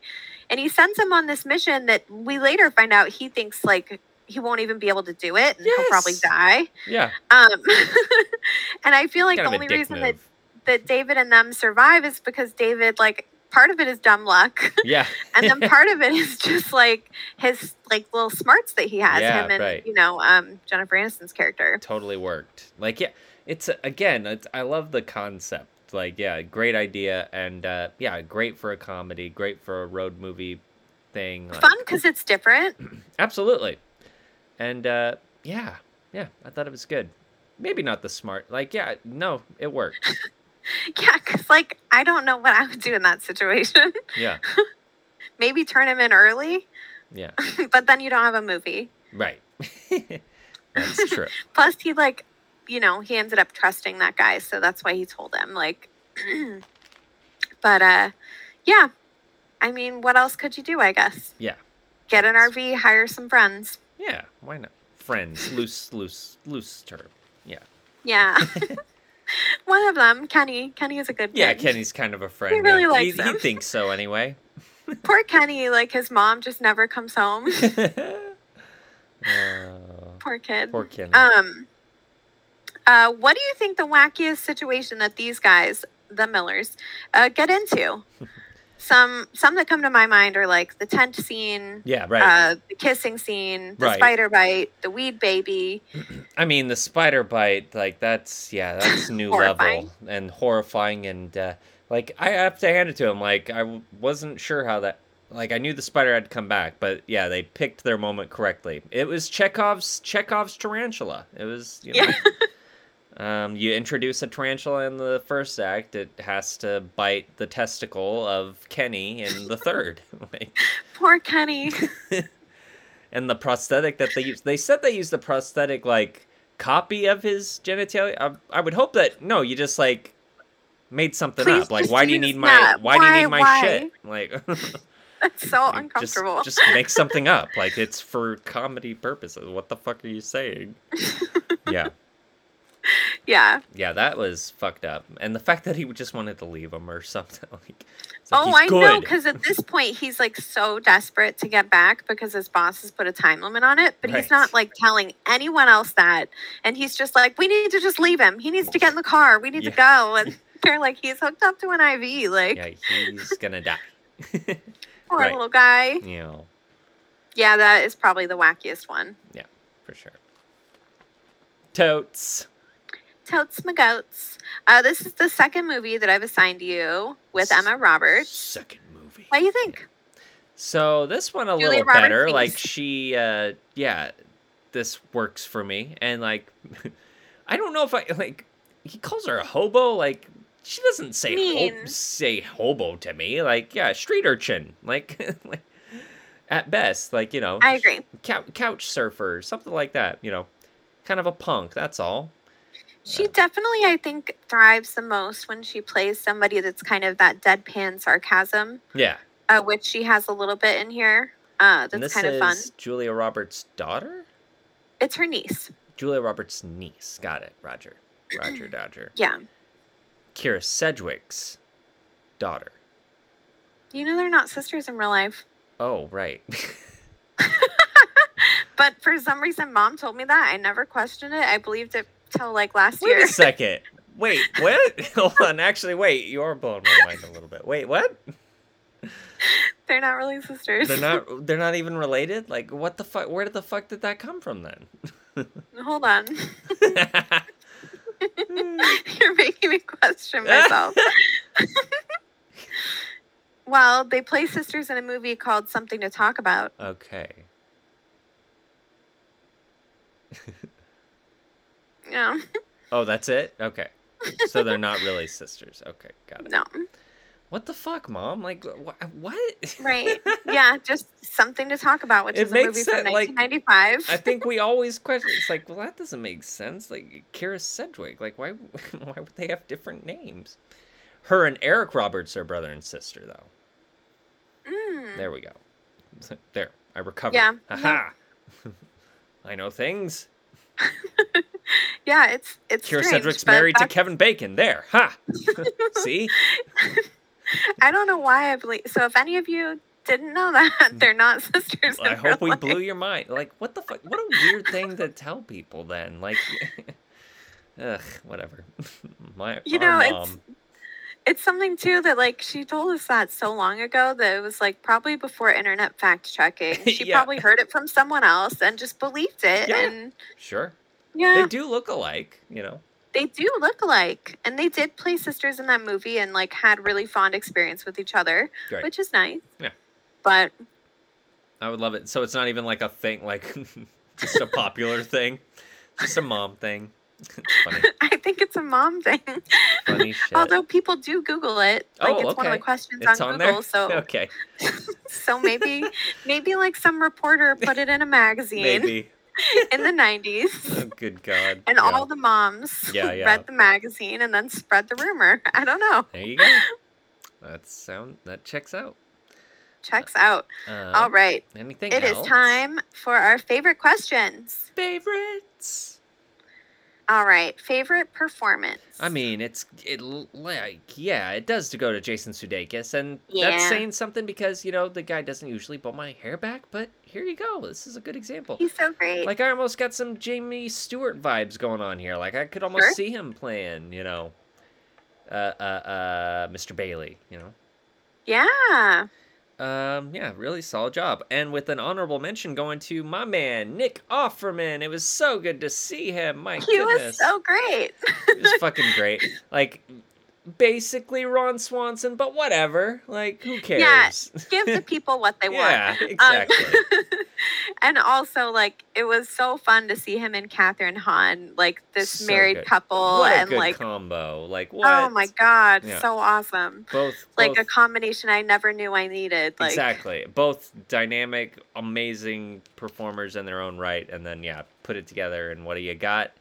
[SPEAKER 2] And he sends him on this mission that we later find out he thinks like he won't even be able to do it, and he'll probably
[SPEAKER 1] Yes.
[SPEAKER 2] die.
[SPEAKER 1] Yeah,
[SPEAKER 2] Um, and I feel like
[SPEAKER 1] kind
[SPEAKER 2] the
[SPEAKER 1] of a
[SPEAKER 2] only
[SPEAKER 1] dick
[SPEAKER 2] reason that
[SPEAKER 1] move.
[SPEAKER 2] that David and them survive is because David, like, part of it is dumb luck,
[SPEAKER 1] Yeah,
[SPEAKER 2] and then part of it is just like his like little smarts that he has.
[SPEAKER 1] Yeah,
[SPEAKER 2] him and
[SPEAKER 1] right.
[SPEAKER 2] you know, um, Jennifer Aniston's character.
[SPEAKER 1] totally worked. Like yeah, it's again, it's, I love the concept. Like yeah, great idea, and uh, yeah, great for a comedy, great for a road movie thing. Like,
[SPEAKER 2] Fun because it's different.
[SPEAKER 1] Absolutely. And uh, yeah, yeah, I thought it was good. Maybe not the smart. Like yeah, no, it worked.
[SPEAKER 2] Yeah, because like I don't know what I would do in that situation.
[SPEAKER 1] Yeah,
[SPEAKER 2] Maybe turn him in early,
[SPEAKER 1] yeah,
[SPEAKER 2] but then you don't have a movie.
[SPEAKER 1] right. That's true.
[SPEAKER 2] Plus, he like, you know, he ended up trusting that guy, so that's why he told him. Like, but uh, yeah, I mean, what else could you do? I guess.
[SPEAKER 1] Yeah.
[SPEAKER 2] Get an RV, hire some friends.
[SPEAKER 1] Yeah, why not? Friends, loose, loose, loose term. Yeah,
[SPEAKER 2] Yeah. One of them, Kenny. Kenny is a good.
[SPEAKER 1] yeah.
[SPEAKER 2] kid.
[SPEAKER 1] Kenny's kind of a friend. now.
[SPEAKER 2] really likes
[SPEAKER 1] he, he
[SPEAKER 2] him.
[SPEAKER 1] thinks so anyway.
[SPEAKER 2] Poor Kenny. Like his mom just never comes home.
[SPEAKER 1] Oh,
[SPEAKER 2] Poor kid.
[SPEAKER 1] poor Kenny.
[SPEAKER 2] Um. Uh, what do you think the wackiest situation that these guys, the Millers, uh, get into? Some some that come to my mind are like the tent scene,
[SPEAKER 1] yeah, right.
[SPEAKER 2] uh, the kissing scene, the
[SPEAKER 1] Right.
[SPEAKER 2] spider bite, the weed baby.
[SPEAKER 1] I mean, the spider bite, like that's yeah, that's new level
[SPEAKER 2] Horrifying.
[SPEAKER 1] and horrifying and uh, like I have to hand it to him. Like I w- wasn't sure how that. Like I knew the spider had come back, but yeah, they picked their moment correctly. It was Chekhov's Chekhov's tarantula. It was you know,
[SPEAKER 2] Yeah.
[SPEAKER 1] Um, you introduce a tarantula in the first act. It has to bite the testicle of Kenny in the third. like,
[SPEAKER 2] Poor Kenny.
[SPEAKER 1] and the prosthetic that they used. They said they used the prosthetic like copy of his genitalia. I, I would hope that no, you just like made something
[SPEAKER 2] Please
[SPEAKER 1] up. Like,
[SPEAKER 2] just
[SPEAKER 1] why do you
[SPEAKER 2] use
[SPEAKER 1] need my
[SPEAKER 2] that.
[SPEAKER 1] why, do you need
[SPEAKER 2] Why-
[SPEAKER 1] my
[SPEAKER 2] why?
[SPEAKER 1] shit? Like,
[SPEAKER 2] That's so
[SPEAKER 1] like,
[SPEAKER 2] uncomfortable.
[SPEAKER 1] Just, just make something up. Like it's for comedy purposes. What the fuck are you saying? yeah.
[SPEAKER 2] yeah.
[SPEAKER 1] Yeah, that was fucked up. And the fact that he just wanted to leave him or something. Like, it's like,
[SPEAKER 2] Oh,
[SPEAKER 1] "He's
[SPEAKER 2] I know,
[SPEAKER 1] good."
[SPEAKER 2] because at this point he's like so desperate to get back because his boss has put a time limit on it, but
[SPEAKER 1] Right.
[SPEAKER 2] he's not like telling anyone else that. And he's just like, we need to just leave him. He needs to get in the car. We need to go. And they're like, he's hooked up to an IV. Like,
[SPEAKER 1] Yeah, he's gonna die.
[SPEAKER 2] poor
[SPEAKER 1] right. Mm.
[SPEAKER 2] little guy.
[SPEAKER 1] you know,
[SPEAKER 2] Yeah, that is probably the wackiest one.
[SPEAKER 1] for sure. Totes.
[SPEAKER 2] Totes my goats. Uh, this is the second movie that I've assigned you with Emma Roberts.
[SPEAKER 1] Second movie.
[SPEAKER 2] What do you think?
[SPEAKER 1] So this one a
[SPEAKER 2] Julia
[SPEAKER 1] little
[SPEAKER 2] Roberts
[SPEAKER 1] better.
[SPEAKER 2] sings.
[SPEAKER 1] Like she, uh, yeah, this works for me. And like, I don't know if I like. He calls her a hobo. Like she doesn't say ho-
[SPEAKER 2] Mean.
[SPEAKER 1] say hobo to me. Like yeah, street urchin. Like, like at best, like you know,
[SPEAKER 2] I agree.
[SPEAKER 1] cou- couch surfer, something like that. You know, kind of a punk. That's all.
[SPEAKER 2] She definitely, I think, thrives the most when she plays somebody that's kind of that deadpan sarcasm,
[SPEAKER 1] Yeah.
[SPEAKER 2] uh, which she has a little bit in here. Uh,
[SPEAKER 1] And
[SPEAKER 2] that's
[SPEAKER 1] this
[SPEAKER 2] kind of
[SPEAKER 1] is
[SPEAKER 2] fun.
[SPEAKER 1] Julia Roberts' daughter.
[SPEAKER 2] It's her niece.
[SPEAKER 1] Julia Roberts' niece. Got it. Roger. Roger. Dodger.
[SPEAKER 2] Yeah.
[SPEAKER 1] Kira Sedgwick's daughter.
[SPEAKER 2] You know, they're not sisters in real life.
[SPEAKER 1] Oh, right.
[SPEAKER 2] But for some reason, mom told me that. I never questioned it. I believed it till like last
[SPEAKER 1] wait
[SPEAKER 2] year.
[SPEAKER 1] a second. Wait, what? Hold on. Actually, wait. You are blowing my mind a little bit. Wait, what?
[SPEAKER 2] they're not really sisters.
[SPEAKER 1] They're not. They're not even related. Like, what the fuck? Where the fuck did that come from then?
[SPEAKER 2] Hold on. You're making me question myself. well, they play sisters in a movie called Something to Talk About.
[SPEAKER 1] okay.
[SPEAKER 2] Yeah.
[SPEAKER 1] Oh, that's it. Okay. So they're not really sisters. Okay, got it.
[SPEAKER 2] No.
[SPEAKER 1] What the fuck, mom? Like, wh- what?
[SPEAKER 2] Right. Yeah, just something to talk about, which
[SPEAKER 1] It
[SPEAKER 2] is a
[SPEAKER 1] makes
[SPEAKER 2] movie
[SPEAKER 1] sense,
[SPEAKER 2] from
[SPEAKER 1] like,
[SPEAKER 2] 1995.
[SPEAKER 1] I think we always question. It's like, well, that doesn't make sense. Like Kira Sedgwick. Like, why? Why would they have different names? Her and Eric Roberts are brother and sister, though.
[SPEAKER 2] Mm.
[SPEAKER 1] There we go. So- There, I recovered.
[SPEAKER 2] Yeah.
[SPEAKER 1] Aha. I know things.
[SPEAKER 2] Yeah, it's it's
[SPEAKER 1] Kira
[SPEAKER 2] strange,
[SPEAKER 1] Sedgwick's
[SPEAKER 2] but
[SPEAKER 1] married to
[SPEAKER 2] that's-
[SPEAKER 1] Kevin Bacon. There. Ha. See?
[SPEAKER 2] I don't know why I believe. So if any of you didn't know that, they're not sisters. in
[SPEAKER 1] Mm. I hope
[SPEAKER 2] real
[SPEAKER 1] we
[SPEAKER 2] life.
[SPEAKER 1] blew your mind. Like, what the fuck? What a weird thing to tell people then. Like, ugh, whatever. My
[SPEAKER 2] You
[SPEAKER 1] our
[SPEAKER 2] know, it's-
[SPEAKER 1] mom.
[SPEAKER 2] It's something too that like she told us that so long ago that it was like probably before internet fact checking. She
[SPEAKER 1] Yeah.
[SPEAKER 2] probably heard it from someone else and just believed it.
[SPEAKER 1] Yeah.
[SPEAKER 2] And
[SPEAKER 1] Sure.
[SPEAKER 2] yeah,
[SPEAKER 1] They do look alike, you know.
[SPEAKER 2] they do look alike, and they did play sisters in that movie and like had really fond experience with each other.
[SPEAKER 1] Right.
[SPEAKER 2] which is nice.
[SPEAKER 1] Yeah.
[SPEAKER 2] But
[SPEAKER 1] I would love it. So it's not even like a thing, like just a popular thing, just a mom thing. It's funny,
[SPEAKER 2] I think it's a mom thing.
[SPEAKER 1] funny shit.
[SPEAKER 2] Although people do Google it, like
[SPEAKER 1] Oh,
[SPEAKER 2] it's one of the
[SPEAKER 1] okay.
[SPEAKER 2] questions
[SPEAKER 1] it's
[SPEAKER 2] on,
[SPEAKER 1] on
[SPEAKER 2] Google.
[SPEAKER 1] there.
[SPEAKER 2] So,
[SPEAKER 1] okay,
[SPEAKER 2] so maybe, maybe like some reporter put it in a magazine
[SPEAKER 1] maybe.
[SPEAKER 2] in the '90s,
[SPEAKER 1] Oh, good God.
[SPEAKER 2] and
[SPEAKER 1] Yeah.
[SPEAKER 2] all the moms
[SPEAKER 1] Yeah, yeah.
[SPEAKER 2] read the magazine and then spread the rumor. I don't know.
[SPEAKER 1] There you go. That sound that checks out.
[SPEAKER 2] Checks out.
[SPEAKER 1] Uh,
[SPEAKER 2] all right,
[SPEAKER 1] Anything
[SPEAKER 2] it is
[SPEAKER 1] else?
[SPEAKER 2] time for our favorite questions.
[SPEAKER 1] Favorites.
[SPEAKER 2] All right, favorite performance.
[SPEAKER 1] I mean, it's it l- like yeah, it does to go to Jason Sudeikis, and that's
[SPEAKER 2] Yeah.
[SPEAKER 1] saying something because you know the guy doesn't usually pull my hair back, but here you go. This is a good example.
[SPEAKER 2] he's so great.
[SPEAKER 1] Like I almost got some Jamie Stewart vibes going on here. Like I could almost
[SPEAKER 2] Sure.
[SPEAKER 1] see him playing, you know, uh, uh, uh, Mr. Bailey. You know,
[SPEAKER 2] yeah.
[SPEAKER 1] um, yeah, really solid job. And with an honorable mention going to my man Nick Offerman. It was so good to see him. My
[SPEAKER 2] He was
[SPEAKER 1] goodness,
[SPEAKER 2] so great.
[SPEAKER 1] he was fucking great. Like basically Ron Swanson, but whatever. Like who cares?
[SPEAKER 2] Yeah, Um, Give the people what they want.
[SPEAKER 1] yeah, exactly.
[SPEAKER 2] and also, like, it was so fun to see him and Catherine Hahn, like this
[SPEAKER 1] So
[SPEAKER 2] married
[SPEAKER 1] good.
[SPEAKER 2] couple,
[SPEAKER 1] what a
[SPEAKER 2] and
[SPEAKER 1] good
[SPEAKER 2] like,
[SPEAKER 1] combo. Like what?
[SPEAKER 2] oh my god,
[SPEAKER 1] Yeah.
[SPEAKER 2] so awesome!
[SPEAKER 1] Both
[SPEAKER 2] Like
[SPEAKER 1] both
[SPEAKER 2] a combination I never knew I needed. Like,
[SPEAKER 1] exactly. Both dynamic, amazing performers in their own right, and then yeah, put it together. And what do you got?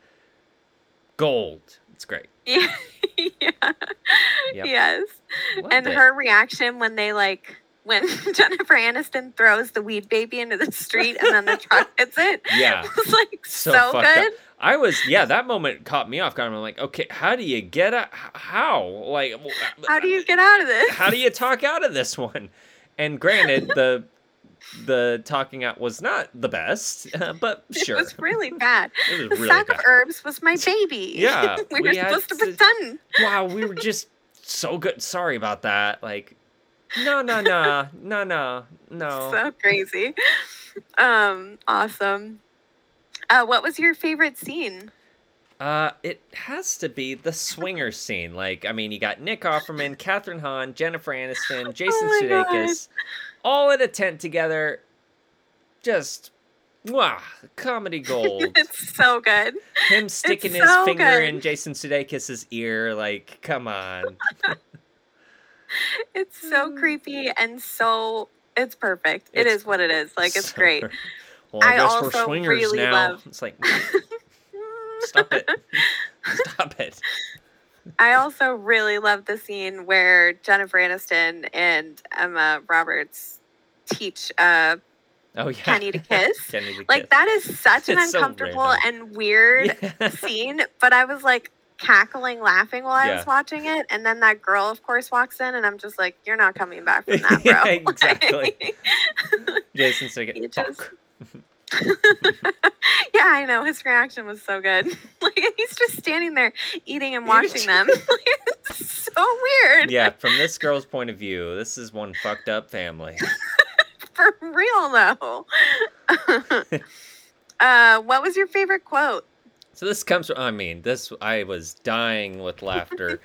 [SPEAKER 1] Gold. It's great.
[SPEAKER 2] yeah, yeah.
[SPEAKER 1] Yep.
[SPEAKER 2] yes.
[SPEAKER 1] Loved
[SPEAKER 2] And
[SPEAKER 1] it.
[SPEAKER 2] her reaction when they like. When Jennifer Aniston throws the weed baby into the street and then the truck hits it,
[SPEAKER 1] Yeah.
[SPEAKER 2] it was like
[SPEAKER 1] So
[SPEAKER 2] so,
[SPEAKER 1] fucked up.
[SPEAKER 2] good.
[SPEAKER 1] I was yeah, that moment caught me off guard. I'm like, okay, how do you get out? How like
[SPEAKER 2] How do you get out of this?
[SPEAKER 1] how do you talk out of this one? And granted, the the talking out was not the best, uh, but sure,
[SPEAKER 2] It was really bad.
[SPEAKER 1] It was
[SPEAKER 2] The
[SPEAKER 1] really
[SPEAKER 2] sack
[SPEAKER 1] bad.
[SPEAKER 2] of herbs was my baby.
[SPEAKER 1] Yeah,
[SPEAKER 2] we,
[SPEAKER 1] we
[SPEAKER 2] were
[SPEAKER 1] had
[SPEAKER 2] supposed to
[SPEAKER 1] to-
[SPEAKER 2] pretend.
[SPEAKER 1] wow, we were just so good. Sorry about that. Like, no, no, no, no, no, no.
[SPEAKER 2] So crazy. Um, awesome. Uh, what was your favorite scene?
[SPEAKER 1] Uh, it has to be the swinger scene. Like, I mean, you got Nick Offerman, Catherine Hahn, Jennifer Aniston, Jason
[SPEAKER 2] Oh my God.
[SPEAKER 1] Sudeikis, all in a tent together. Just, wow, comedy gold.
[SPEAKER 2] It's so good.
[SPEAKER 1] Him sticking his
[SPEAKER 2] so
[SPEAKER 1] finger
[SPEAKER 2] good.
[SPEAKER 1] in Jason Sudeikis' ear. Like, come on.
[SPEAKER 2] It's so creepy and so it's perfect. It
[SPEAKER 1] It's
[SPEAKER 2] is what it is. Like it's
[SPEAKER 1] So-
[SPEAKER 2] great.
[SPEAKER 1] Well,
[SPEAKER 2] I
[SPEAKER 1] I, guess we're
[SPEAKER 2] also
[SPEAKER 1] swingers
[SPEAKER 2] really
[SPEAKER 1] now.
[SPEAKER 2] love-
[SPEAKER 1] It's like, stop it. stop it.
[SPEAKER 2] I also really love the scene where Jennifer Aniston and Emma Roberts teach uh,
[SPEAKER 1] Oh, yeah.
[SPEAKER 2] Kenny to kiss.
[SPEAKER 1] Kenny to
[SPEAKER 2] Like
[SPEAKER 1] kiss.
[SPEAKER 2] that is such an
[SPEAKER 1] It's so
[SPEAKER 2] uncomfortable
[SPEAKER 1] random.
[SPEAKER 2] and weird
[SPEAKER 1] Yeah.
[SPEAKER 2] scene, but I was like cackling, laughing while I
[SPEAKER 1] Yeah.
[SPEAKER 2] was watching it. And then that girl, of course, walks in, and I'm just like, "You're not coming back from that, bro."
[SPEAKER 1] Yeah,
[SPEAKER 2] Like,
[SPEAKER 1] exactly. Jason
[SPEAKER 2] You
[SPEAKER 1] Sudeikis.
[SPEAKER 2] just-
[SPEAKER 1] fuck.
[SPEAKER 2] yeah, I know. His reaction was so good. like he's just standing there eating and
[SPEAKER 1] You
[SPEAKER 2] watching
[SPEAKER 1] just-
[SPEAKER 2] them. Like, it's so weird.
[SPEAKER 1] yeah, from this girl's point of view, this is one fucked up family.
[SPEAKER 2] for real though. uh, what was your favorite quote?
[SPEAKER 1] So this comes from I mean, this I was dying with laughter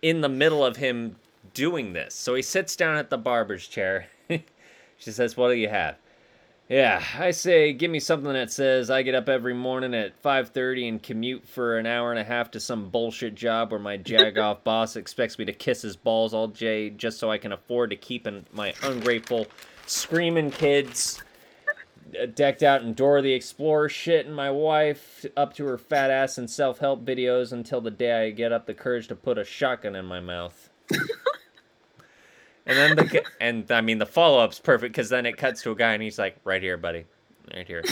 [SPEAKER 1] in the middle of him doing this. So he sits down at the barber's chair. she says, "What do you have?" Yeah, I say give me something that says I get up every morning at 5:30 and commute for an hour and a half to some bullshit job where my jagoff boss expects me to kiss his balls all day just so I can afford to keep in my ungrateful screaming kids uh, decked out in Dora the Explorer shit and my wife up to her fat ass in self-help videos until the day I get up the courage to put a shotgun in my mouth. and then the gu- and I mean the follow-up's perfect cuz then it cuts to a guy and he's like right here buddy. Right here.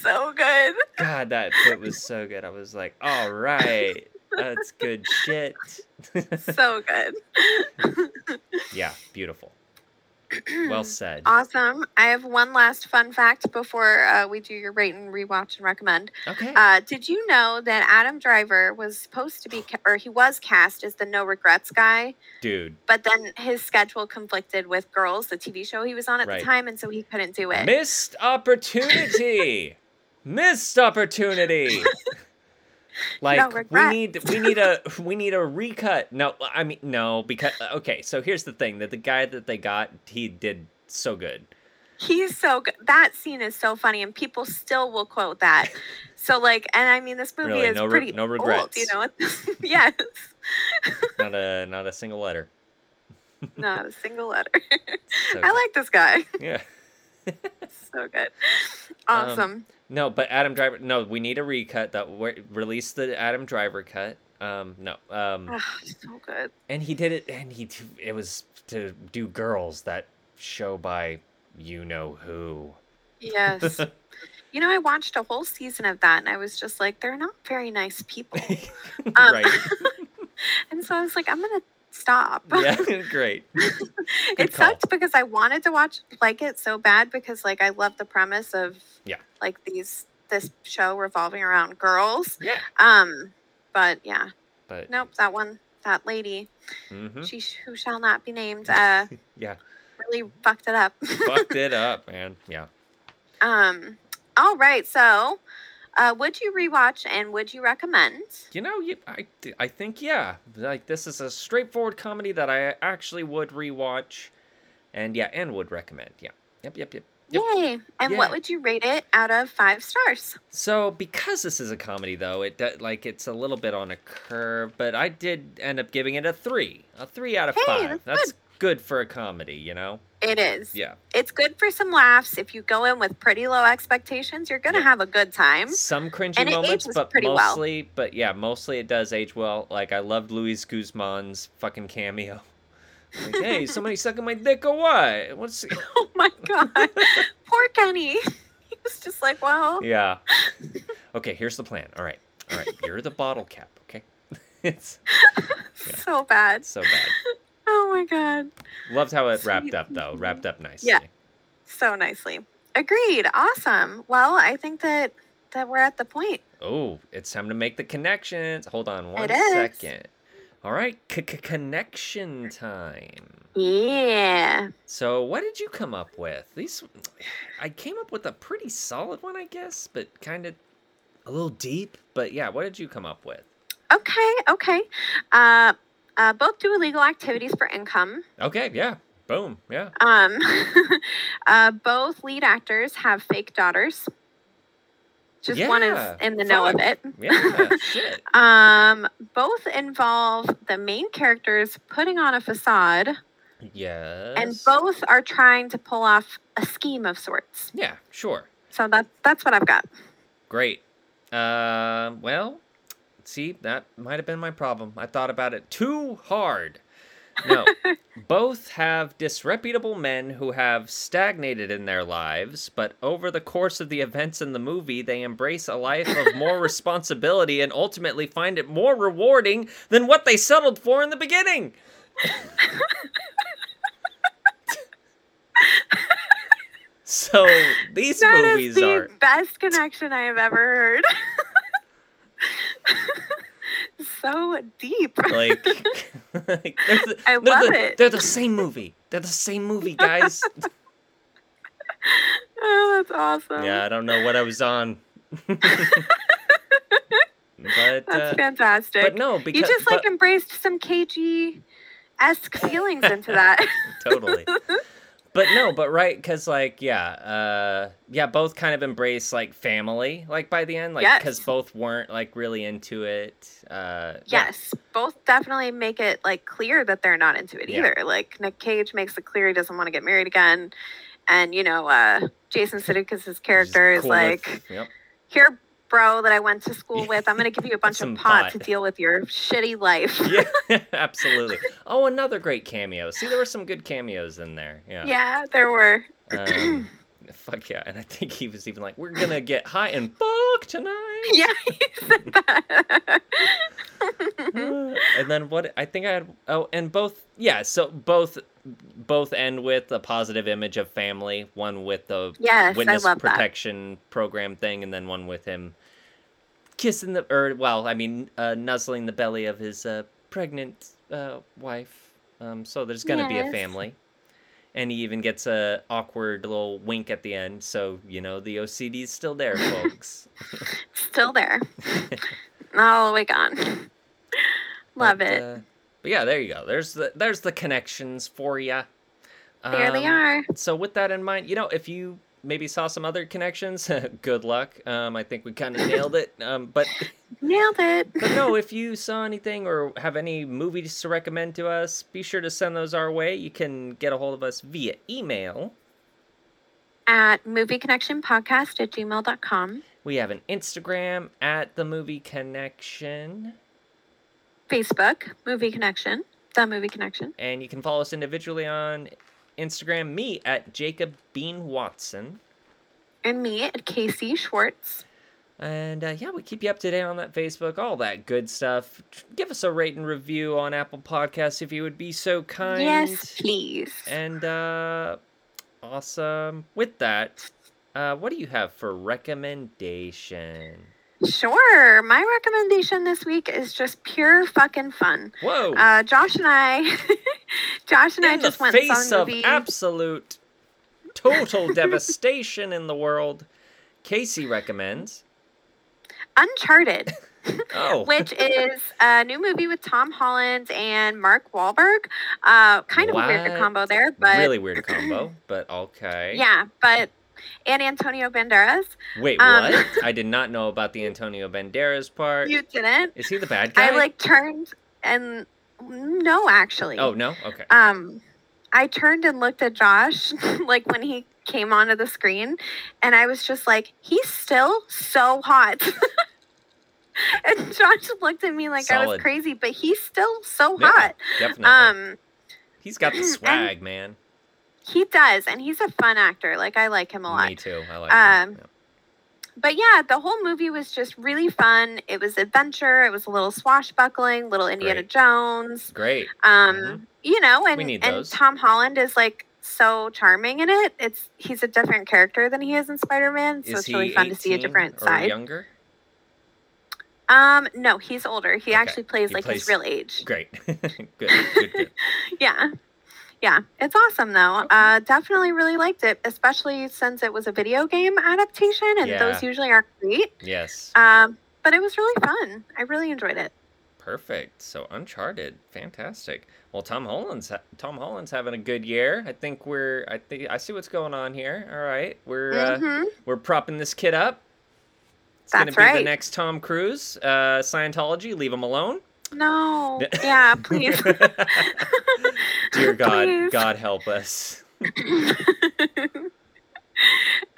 [SPEAKER 2] so good.
[SPEAKER 1] God, that bit was so good. I was like, "All right. That's good shit."
[SPEAKER 2] So good.
[SPEAKER 1] yeah, beautiful. Well said.
[SPEAKER 2] Uh, Awesome. I have one last fun fact before uh, we do your rate and rewatch and recommend.
[SPEAKER 1] Okay.
[SPEAKER 2] Uh, did you know that Adam Driver was supposed to be, ca- or he was cast as the No Regrets guy,
[SPEAKER 1] Dude,
[SPEAKER 2] but then his schedule conflicted with Girls, the TV show he was on at
[SPEAKER 1] Right.
[SPEAKER 2] the time, and so he couldn't do it.
[SPEAKER 1] Missed opportunity. Missed opportunity.
[SPEAKER 2] No
[SPEAKER 1] like we
[SPEAKER 2] regrets.
[SPEAKER 1] need we need a we need a recut. No, I mean no because okay, so here's the thing that the guy that they got, he did so good.
[SPEAKER 2] He's so good. That scene is so funny, and people still will quote that. So, like, and I mean, this movie
[SPEAKER 1] Really,
[SPEAKER 2] is
[SPEAKER 1] no re-
[SPEAKER 2] pretty
[SPEAKER 1] no
[SPEAKER 2] old, you
[SPEAKER 1] regrets.
[SPEAKER 2] know? yes,
[SPEAKER 1] Not a not a single letter.
[SPEAKER 2] not a single letter.
[SPEAKER 1] So
[SPEAKER 2] I like this guy.
[SPEAKER 1] good. Yeah.
[SPEAKER 2] so good.
[SPEAKER 1] Um,
[SPEAKER 2] Awesome.
[SPEAKER 1] No, but Adam Driver no, we need a recut that we release the Adam Driver cut. Um no. Um
[SPEAKER 2] Ah, so good.
[SPEAKER 1] and he did it and he t- it was to do girls that show by you know who.
[SPEAKER 2] Yes. you know, I watched a whole season of that and I was just like, they're not very nice people. Um,
[SPEAKER 1] right.
[SPEAKER 2] and so I was like, I'm going to stop.
[SPEAKER 1] Yeah, great.
[SPEAKER 2] it
[SPEAKER 1] call.
[SPEAKER 2] sucked because I wanted to watch like it so bad because like I love the premise of
[SPEAKER 1] Yeah.
[SPEAKER 2] like these this show revolving around girls.
[SPEAKER 1] Yeah.
[SPEAKER 2] Um but yeah.
[SPEAKER 1] But
[SPEAKER 2] Nope, that one that lady,
[SPEAKER 1] mhm,
[SPEAKER 2] she sh- who shall not be named, uh
[SPEAKER 1] Yeah.
[SPEAKER 2] really fucked it up.
[SPEAKER 1] fucked it up, man. Yeah.
[SPEAKER 2] Um, all right. So, uh, would you rewatch and would you recommend?
[SPEAKER 1] You know, you, I th- I think yeah. Like this is a straightforward comedy that I actually would rewatch, and yeah, and would recommend. Yeah. Yep. Yep. Yep. Yep.
[SPEAKER 2] Yay! And what
[SPEAKER 1] Yeah.
[SPEAKER 2] would you rate it out of five stars?
[SPEAKER 1] So because this is a comedy though, it do- like it's a little bit on a curve, but I did end up giving it a 3. A 3 out of
[SPEAKER 2] Hey,
[SPEAKER 1] 5.
[SPEAKER 2] that's
[SPEAKER 1] that's good for a comedy, you know?
[SPEAKER 2] It is.
[SPEAKER 1] Yeah.
[SPEAKER 2] It's good for some laughs. If you go in with pretty low expectations, you're gonna
[SPEAKER 1] Yeah.
[SPEAKER 2] have a good time.
[SPEAKER 1] Some cringy
[SPEAKER 2] And it
[SPEAKER 1] moments,
[SPEAKER 2] ages
[SPEAKER 1] but
[SPEAKER 2] pretty well.
[SPEAKER 1] mostly but yeah, mostly it does age well. Like I loved Luis Guzman's fucking cameo. Like, hey, somebody sucking my dick or what? What's
[SPEAKER 2] Oh my god! Poor Kenny. He was just like, well,
[SPEAKER 1] Yeah. Okay, here's the plan. All right, all right. You're the bottle cap. Okay, it's Yeah.
[SPEAKER 2] So bad.
[SPEAKER 1] so bad.
[SPEAKER 2] Oh my god.
[SPEAKER 1] Loved how it wrapped
[SPEAKER 2] Sweet.
[SPEAKER 1] up though. Wrapped up nicely.
[SPEAKER 2] Yeah. So nicely. Agreed. Awesome. Well, I think that that we're at the point.
[SPEAKER 1] Oh, it's time to make the connections. Hold on one
[SPEAKER 2] is.
[SPEAKER 1] second. All right, connection time.
[SPEAKER 2] Yeah.
[SPEAKER 1] So, what did you come up with? These, I came up with a pretty solid one, I guess, but kind of a little deep. But yeah, what did you come up with?
[SPEAKER 2] Okay. Okay. Uh, uh, both do illegal activities for income.
[SPEAKER 1] Okay, yeah, boom, yeah.
[SPEAKER 2] Um, uh, both lead actors have fake daughters. Just one is
[SPEAKER 1] Yeah,
[SPEAKER 2] in the know of
[SPEAKER 1] fuck.
[SPEAKER 2] it.
[SPEAKER 1] Yeah, shit.
[SPEAKER 2] Um, both involve the main characters putting on a facade,
[SPEAKER 1] Yes.
[SPEAKER 2] and both are trying to pull off a scheme of sorts.
[SPEAKER 1] Yeah, sure.
[SPEAKER 2] So that that's what I've got.
[SPEAKER 1] Great. Um, well, see, that might have been my problem. I thought about it too hard. No, both have disreputable men who have stagnated in their lives, but over the course of the events in the movie, they embrace a life of more responsibility and ultimately find it more rewarding than what they settled for in the beginning. so these
[SPEAKER 2] That is
[SPEAKER 1] movies
[SPEAKER 2] the
[SPEAKER 1] are
[SPEAKER 2] best connection I have ever heard. so deep.
[SPEAKER 1] like, like, they're the,
[SPEAKER 2] I
[SPEAKER 1] they're
[SPEAKER 2] love
[SPEAKER 1] the-
[SPEAKER 2] it.
[SPEAKER 1] They're the same movie. They're the same movie, guys.
[SPEAKER 2] Oh, that's awesome.
[SPEAKER 1] yeah, I don't know what I was on, but
[SPEAKER 2] That's
[SPEAKER 1] uh,
[SPEAKER 2] fantastic.
[SPEAKER 1] but no, because
[SPEAKER 2] you just like
[SPEAKER 1] but-
[SPEAKER 2] embraced some KG esque feelings into that.
[SPEAKER 1] totally. But no, but right, because like yeah, uh, yeah, both kind of embrace like family, like by the end, like because
[SPEAKER 2] Yes.
[SPEAKER 1] both weren't like really into it. Uh, yeah,
[SPEAKER 2] yes, both definitely make it like clear that they're not into it
[SPEAKER 1] Yeah.
[SPEAKER 2] either. Like Nick Cage makes it clear he doesn't want to get married again, and you know, uh, Jason Sudeikis'
[SPEAKER 1] just
[SPEAKER 2] character is
[SPEAKER 1] cool
[SPEAKER 2] like,
[SPEAKER 1] with- yep.
[SPEAKER 2] "Here, bro, that I went to school
[SPEAKER 1] Yeah.
[SPEAKER 2] with, I'm gonna give you a bunch
[SPEAKER 1] Some
[SPEAKER 2] of pot, to
[SPEAKER 1] pot."
[SPEAKER 2] deal with your shitty life."
[SPEAKER 1] yeah, absolutely. Oh, another great cameo. See, there were some good cameos in there. Yeah.
[SPEAKER 2] yeah, there were.
[SPEAKER 1] Um, fuck yeah. And I think he was even like, we're going to get high and fuck tonight.
[SPEAKER 2] Yeah, he said that.
[SPEAKER 1] Uh, and then what? I think I had, oh, and both, yeah, so both both end with a positive image of family, one with the
[SPEAKER 2] yes,
[SPEAKER 1] witness
[SPEAKER 2] I love that.
[SPEAKER 1] protection program thing, and then one with him kissing the, or, well, I mean, uh, nuzzling the belly of his uh, pregnant uh, wife. Um, so there's going to be a
[SPEAKER 2] Yes.
[SPEAKER 1] family. And he even gets a awkward little wink at the end. So, you know, the OCD's still there, folks.
[SPEAKER 2] Still there. Not all the way gone. Love
[SPEAKER 1] But,
[SPEAKER 2] it.
[SPEAKER 1] uh, but yeah, there you go. There's the there's the connections for you.
[SPEAKER 2] there
[SPEAKER 1] um,
[SPEAKER 2] they are.
[SPEAKER 1] So with that in mind, you know, if you maybe saw some other connections, good luck. Um, I think we kind of nailed it. Um, but
[SPEAKER 2] Nailed it.
[SPEAKER 1] but no, if you saw anything or have any movies to recommend to us, be sure to send those our way. You can get a hold of us via email.
[SPEAKER 2] At movieconnectionpodcast at gmail.com,
[SPEAKER 1] We have an Instagram at the Movie Connection.
[SPEAKER 2] Facebook, Movie Connection, The Movie Connection.
[SPEAKER 1] And you can follow us individually on Instagram, me at Jacob Bean Watson.
[SPEAKER 2] And me at Casey Schwartz.
[SPEAKER 1] And uh, yeah, we keep you up to date on that Facebook, all that good stuff. Tr- Give us a rate and review on Apple Podcasts if you would be so kind.
[SPEAKER 2] Yes, please.
[SPEAKER 1] And uh, awesome. With that, uh, what do you have for recommendation?
[SPEAKER 2] Sure. My recommendation this week is just pure fucking fun.
[SPEAKER 1] Whoa!
[SPEAKER 2] Uh, Josh and I, Josh and I
[SPEAKER 1] in
[SPEAKER 2] just
[SPEAKER 1] the
[SPEAKER 2] went and
[SPEAKER 1] face
[SPEAKER 2] saw a
[SPEAKER 1] of
[SPEAKER 2] movie.
[SPEAKER 1] absolute, total devastation in the world, Casey recommends.
[SPEAKER 2] Uncharted.
[SPEAKER 1] Oh,
[SPEAKER 2] which is a new movie with Tom Holland and Mark Wahlberg. Uh, kind of a weird
[SPEAKER 1] What?
[SPEAKER 2] combo there, but
[SPEAKER 1] really weird combo, but okay.
[SPEAKER 2] yeah, but and Antonio Banderas.
[SPEAKER 1] Wait,
[SPEAKER 2] Um,
[SPEAKER 1] what? I did not know about the Antonio Banderas part.
[SPEAKER 2] You didn't.
[SPEAKER 1] Is he the bad guy?
[SPEAKER 2] I like turned and no, actually.
[SPEAKER 1] Oh no. Okay.
[SPEAKER 2] Um, I turned and looked at Josh like when he came onto the screen, and I was just like, he's still so hot. and Josh looked at me like I was
[SPEAKER 1] Solid.
[SPEAKER 2] crazy, but he's still so
[SPEAKER 1] Yeah,
[SPEAKER 2] hot.
[SPEAKER 1] Definitely.
[SPEAKER 2] Um.
[SPEAKER 1] He's got the
[SPEAKER 2] and-
[SPEAKER 1] swag, man.
[SPEAKER 2] He does, and he's a fun actor. Like I like him a lot.
[SPEAKER 1] Me too. I like. him.
[SPEAKER 2] Um,
[SPEAKER 1] Yeah.
[SPEAKER 2] but yeah, the whole movie was just really fun. It was adventure. It was a little swashbuckling, little Indiana
[SPEAKER 1] Great.
[SPEAKER 2] Jones.
[SPEAKER 1] Great.
[SPEAKER 2] Um,
[SPEAKER 1] Mhm.
[SPEAKER 2] you know, and,
[SPEAKER 1] need
[SPEAKER 2] and
[SPEAKER 1] those.
[SPEAKER 2] Tom Holland is like so charming in it. It's he's a different character than he is in Spider Man, so
[SPEAKER 1] Is
[SPEAKER 2] it's really
[SPEAKER 1] he
[SPEAKER 2] fun to see a
[SPEAKER 1] 18
[SPEAKER 2] different
[SPEAKER 1] or
[SPEAKER 2] side.
[SPEAKER 1] Younger.
[SPEAKER 2] Um, no, he's older. He
[SPEAKER 1] Okay.
[SPEAKER 2] actually plays
[SPEAKER 1] He
[SPEAKER 2] like
[SPEAKER 1] plays-
[SPEAKER 2] his real age.
[SPEAKER 1] Great. good. Good. Good.
[SPEAKER 2] Yeah. Yeah, it's awesome though. Uh, definitely really liked it, especially since it was a video game adaptation, and
[SPEAKER 1] Yeah.
[SPEAKER 2] those usually aren't great.
[SPEAKER 1] Yes.
[SPEAKER 2] Um, but it was really fun. I really enjoyed it.
[SPEAKER 1] Perfect. So Uncharted, fantastic. Well, Tom Holland's ha- Tom Holland's having a good year. I think we're. I think I see what's going on here. All right, we're uh,
[SPEAKER 2] hmm
[SPEAKER 1] we're propping this kid up. It's
[SPEAKER 2] That's
[SPEAKER 1] gonna be the
[SPEAKER 2] right.
[SPEAKER 1] next Tom Cruise. Uh, Scientology, leave him alone.
[SPEAKER 2] No. yeah, please.
[SPEAKER 1] Dear God,
[SPEAKER 2] Please.
[SPEAKER 1] God help us.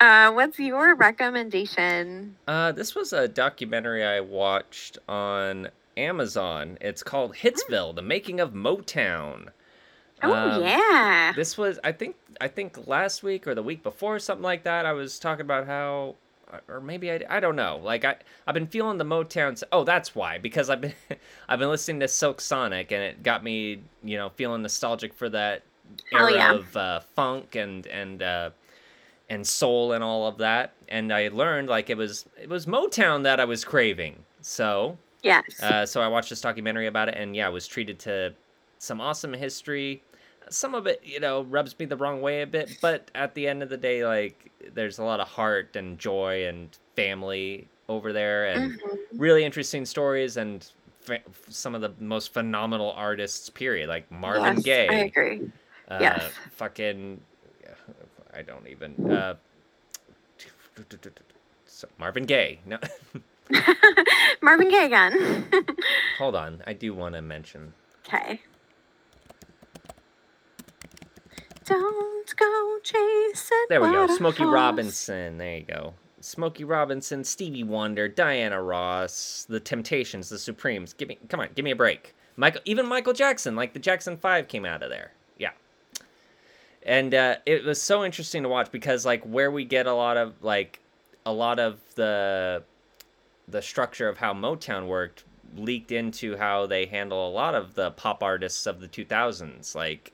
[SPEAKER 2] uh, what's your recommendation?
[SPEAKER 1] Uh, this was a documentary I watched on Amazon. It's called Hitsville: The Making of Motown.
[SPEAKER 2] Oh
[SPEAKER 1] Um,
[SPEAKER 2] yeah.
[SPEAKER 1] This was I think I think last week or the week before something like that. I was talking about how uh, or maybe I, I don't know. Like I I've been feeling the Motown. s- Oh, that's why because I've been I've been listening to Silk Sonic and it got me you know feeling nostalgic for that
[SPEAKER 2] Oh,
[SPEAKER 1] era
[SPEAKER 2] yeah.
[SPEAKER 1] of uh, funk and and uh, and soul and all of that. And I learned like it was it was Motown that I was craving. So
[SPEAKER 2] Yes.
[SPEAKER 1] uh, so I watched this documentary about it, and yeah, was treated to some awesome history. Some of it, you know, rubs me the wrong way a bit, but at the end of the day, like, there's a lot of heart and joy and family over there, and
[SPEAKER 2] Mhm.
[SPEAKER 1] really interesting stories and fa- some of the most phenomenal artists. Period, like Marvin
[SPEAKER 2] Yes,
[SPEAKER 1] Gaye.
[SPEAKER 2] I agree.
[SPEAKER 1] Uh,
[SPEAKER 2] Yes.
[SPEAKER 1] Fucking, I don't even. Uh, so- Marvin Gaye. No,
[SPEAKER 2] Marvin Gaye again.
[SPEAKER 1] hold on. I do want to mention
[SPEAKER 2] okay. Don't go chasing.
[SPEAKER 1] There we go.
[SPEAKER 2] waterfalls.
[SPEAKER 1] Smokey Robinson. There you go. Smokey Robinson, Stevie Wonder, Diana Ross, The Temptations, The Supremes. Give me, come on, give me a break. Michael, even Michael Jackson, like the Jackson Five, came out of there. Yeah. And uh, it was so interesting to watch because, like, where we get a lot of like a lot of the the structure of how Motown worked leaked into how they handle a lot of the pop artists of the 2000s. Like,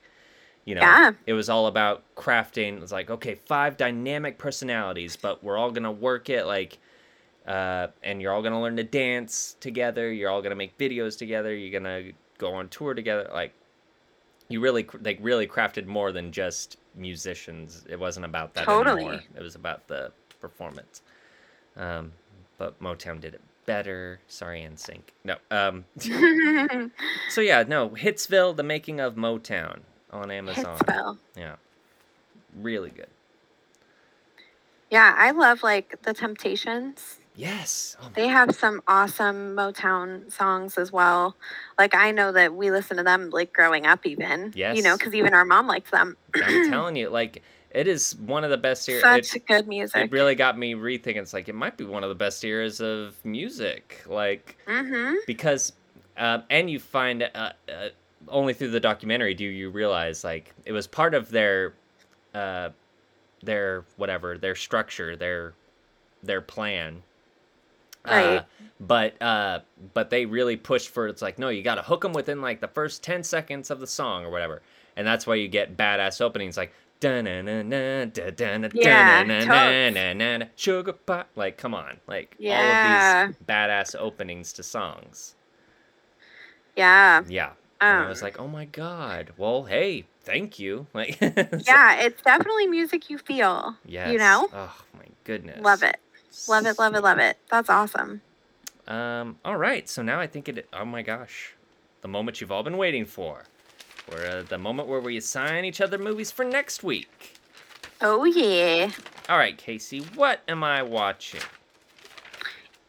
[SPEAKER 1] you know,
[SPEAKER 2] Yeah.
[SPEAKER 1] it was all about crafting. It was like, okay, five dynamic personalities, but we're all going to work it like uh, and you're all gonna learn to dance together. You're all gonna make videos together. You're gonna go on tour together. Like, you really cr- like really crafted more than just musicians. It wasn't about that
[SPEAKER 2] Totally.
[SPEAKER 1] anymore. It was about the performance. Um, but Motown did it better. Sorry, NSYNC. No. Um. So yeah, no. Hitsville: The Making of Motown on Amazon.
[SPEAKER 2] Hitsville.
[SPEAKER 1] Yeah. Really good.
[SPEAKER 2] Yeah, I love like the Temptations.
[SPEAKER 1] Yes. Oh,
[SPEAKER 2] They have some awesome Motown songs as well. Like I know that we listened to them like growing up, even. You know,
[SPEAKER 1] Yes.
[SPEAKER 2] because even our mom liked them.
[SPEAKER 1] I'm telling you, like it is one of the best. Year- it-
[SPEAKER 2] Such good music.
[SPEAKER 1] it really got me rethinking. It's like it might be one of the best eras of music, like
[SPEAKER 2] mm-hmm.
[SPEAKER 1] because, um, and you find uh, uh, only through the documentary do you realize like it was part of their, uh, their whatever their structure their, their plan. Uh,
[SPEAKER 2] Right.
[SPEAKER 1] but uh, but they really pushed for it's like no, you got to hook them within like the first ten seconds of the song or whatever, and that's why you get badass openings like. dun-na-na-na, da-da-na,
[SPEAKER 2] Yeah,
[SPEAKER 1] dun-na-na-na,
[SPEAKER 2] totes.
[SPEAKER 1] na, na, na, sugar pop. Like, come on. Like, all
[SPEAKER 2] Yeah.
[SPEAKER 1] of these badass openings to songs.
[SPEAKER 2] Yeah.
[SPEAKER 1] Yeah. and I
[SPEAKER 2] Um,
[SPEAKER 1] was like, oh my God. Well, hey, thank you. Like,
[SPEAKER 2] yeah, it's definitely music you feel.
[SPEAKER 1] yes.
[SPEAKER 2] You know?
[SPEAKER 1] Oh my goodness.
[SPEAKER 2] Love it. Love it. Love it. Love it. That's awesome.
[SPEAKER 1] Um, all right. So now I think it, oh my gosh. The moment you've all been waiting for. Where, uh, the moment where we assign each other movies for next week.
[SPEAKER 2] Oh yeah.
[SPEAKER 1] All right, Casey, what am I watching?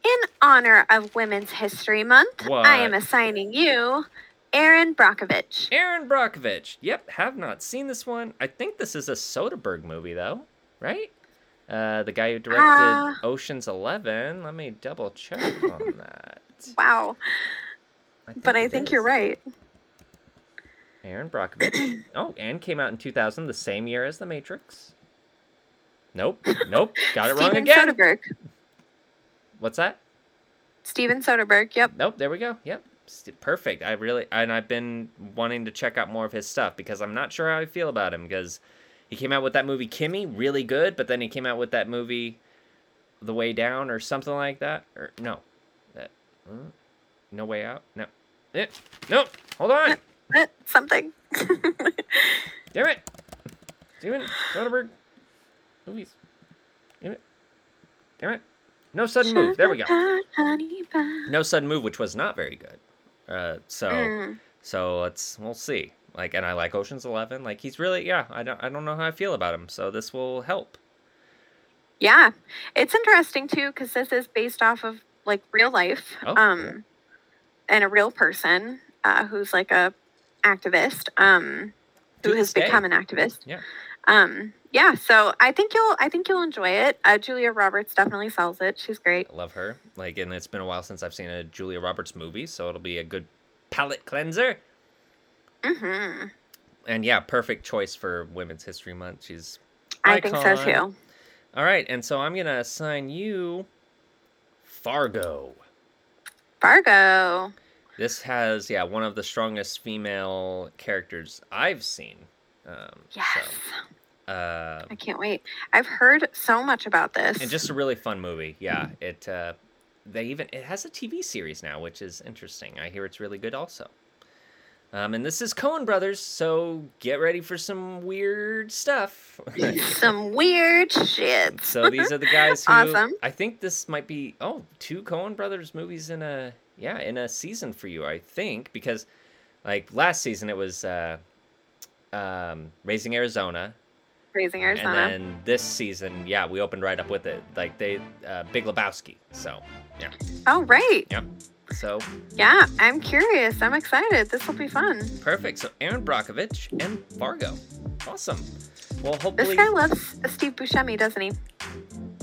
[SPEAKER 2] In honor of Women's History Month, I am
[SPEAKER 1] What?
[SPEAKER 2] assigning you Erin Brockovich.
[SPEAKER 1] Aaron Brockovich. Yep, have not seen this one. I think this is a Soderbergh movie, though, right? Uh, the guy who directed
[SPEAKER 2] Uh.
[SPEAKER 1] Ocean's Eleven. Let me double check on that.
[SPEAKER 2] Wow. But I
[SPEAKER 1] it
[SPEAKER 2] think you're
[SPEAKER 1] is.
[SPEAKER 2] right.
[SPEAKER 1] Aaron Brockovich. Oh, and came out in 2000, the same year as The Matrix. Nope, nope, got it wrong
[SPEAKER 2] Steven
[SPEAKER 1] again.
[SPEAKER 2] Soderbergh.
[SPEAKER 1] What's that?
[SPEAKER 2] Steven Soderbergh. Yep.
[SPEAKER 1] Nope, there we go. Yep. S- Perfect. I really and I've been wanting to check out more of his stuff because I'm not sure how I feel about him because he came out with that movie Kimmy, really good, but then he came out with that movie The Way Down or something like that. Or no. That- mm, no way out. No. Eh, Nope. Hold on.
[SPEAKER 2] Eh, Something.
[SPEAKER 1] Damn it. Steven Soderbergh movies. Damn it. Damn it. No sudden move. There we go.
[SPEAKER 2] Honey pie.
[SPEAKER 1] No sudden move, which was not very good. Uh, so
[SPEAKER 2] Mm.
[SPEAKER 1] so let's we'll see. Like, and I like Ocean's Eleven. Like, he's really yeah. I don't I don't know how I feel about him. So this will help.
[SPEAKER 2] Yeah, it's interesting too because this is based off of like real life,
[SPEAKER 1] Oh, yeah.
[SPEAKER 2] um, and a real person uh, who's like a activist, um, who
[SPEAKER 1] To
[SPEAKER 2] has
[SPEAKER 1] this day.
[SPEAKER 2] become an activist.
[SPEAKER 1] Yeah.
[SPEAKER 2] Um, yeah. So I think you'll I think you'll enjoy it. Uh, Julia Roberts definitely sells it. She's great.
[SPEAKER 1] I love her. Like, and it's been a while since I've seen a Julia Roberts movie, so it'll be a good palate cleanser.
[SPEAKER 2] hmm
[SPEAKER 1] And yeah, perfect choice for Women's History Month. She's
[SPEAKER 2] I think so
[SPEAKER 1] icon.
[SPEAKER 2] too.
[SPEAKER 1] All right, and so I'm gonna assign you Fargo.
[SPEAKER 2] Fargo.
[SPEAKER 1] This has yeah one of the strongest female characters I've seen. Um,
[SPEAKER 2] Yes,
[SPEAKER 1] So, uh,
[SPEAKER 2] I can't wait. I've heard so much about this.
[SPEAKER 1] and just a really fun movie. Yeah, it uh, they even it has a TV series now, which is interesting. I hear it's really good also. Um, and this is Cohen Brothers, so get ready for some weird stuff.
[SPEAKER 2] some weird shit.
[SPEAKER 1] so these are the guys who
[SPEAKER 2] Awesome.
[SPEAKER 1] I think this might be oh two Cohen Brothers movies in a yeah in a season for you I think because like last season it was uh, um, Raising Arizona
[SPEAKER 2] Raising Arizona.
[SPEAKER 1] and then this season yeah we opened right up with it like they uh, Big Lebowski so
[SPEAKER 2] oh right.
[SPEAKER 1] so
[SPEAKER 2] Yeah, I'm curious. I'm excited. This will be fun.
[SPEAKER 1] perfect so Aaron Brockovich and Fargo awesome well
[SPEAKER 2] This
[SPEAKER 1] hopefully
[SPEAKER 2] guy loves Steve Buscemi, doesn't he?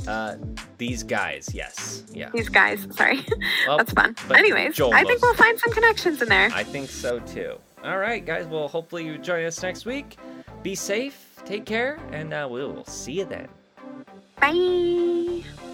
[SPEAKER 1] uh, these guys yes yeah
[SPEAKER 2] These guys. Sorry.
[SPEAKER 1] Well,
[SPEAKER 2] That's fun.
[SPEAKER 1] Oh, but
[SPEAKER 2] Anyways,
[SPEAKER 1] Joel
[SPEAKER 2] I think
[SPEAKER 1] loves-
[SPEAKER 2] we'll find some connections in there.
[SPEAKER 1] I think so too. All right, guys. Well, hopefully you join us next week. Be safe, take care, and uh, we will see you then.
[SPEAKER 2] Bye.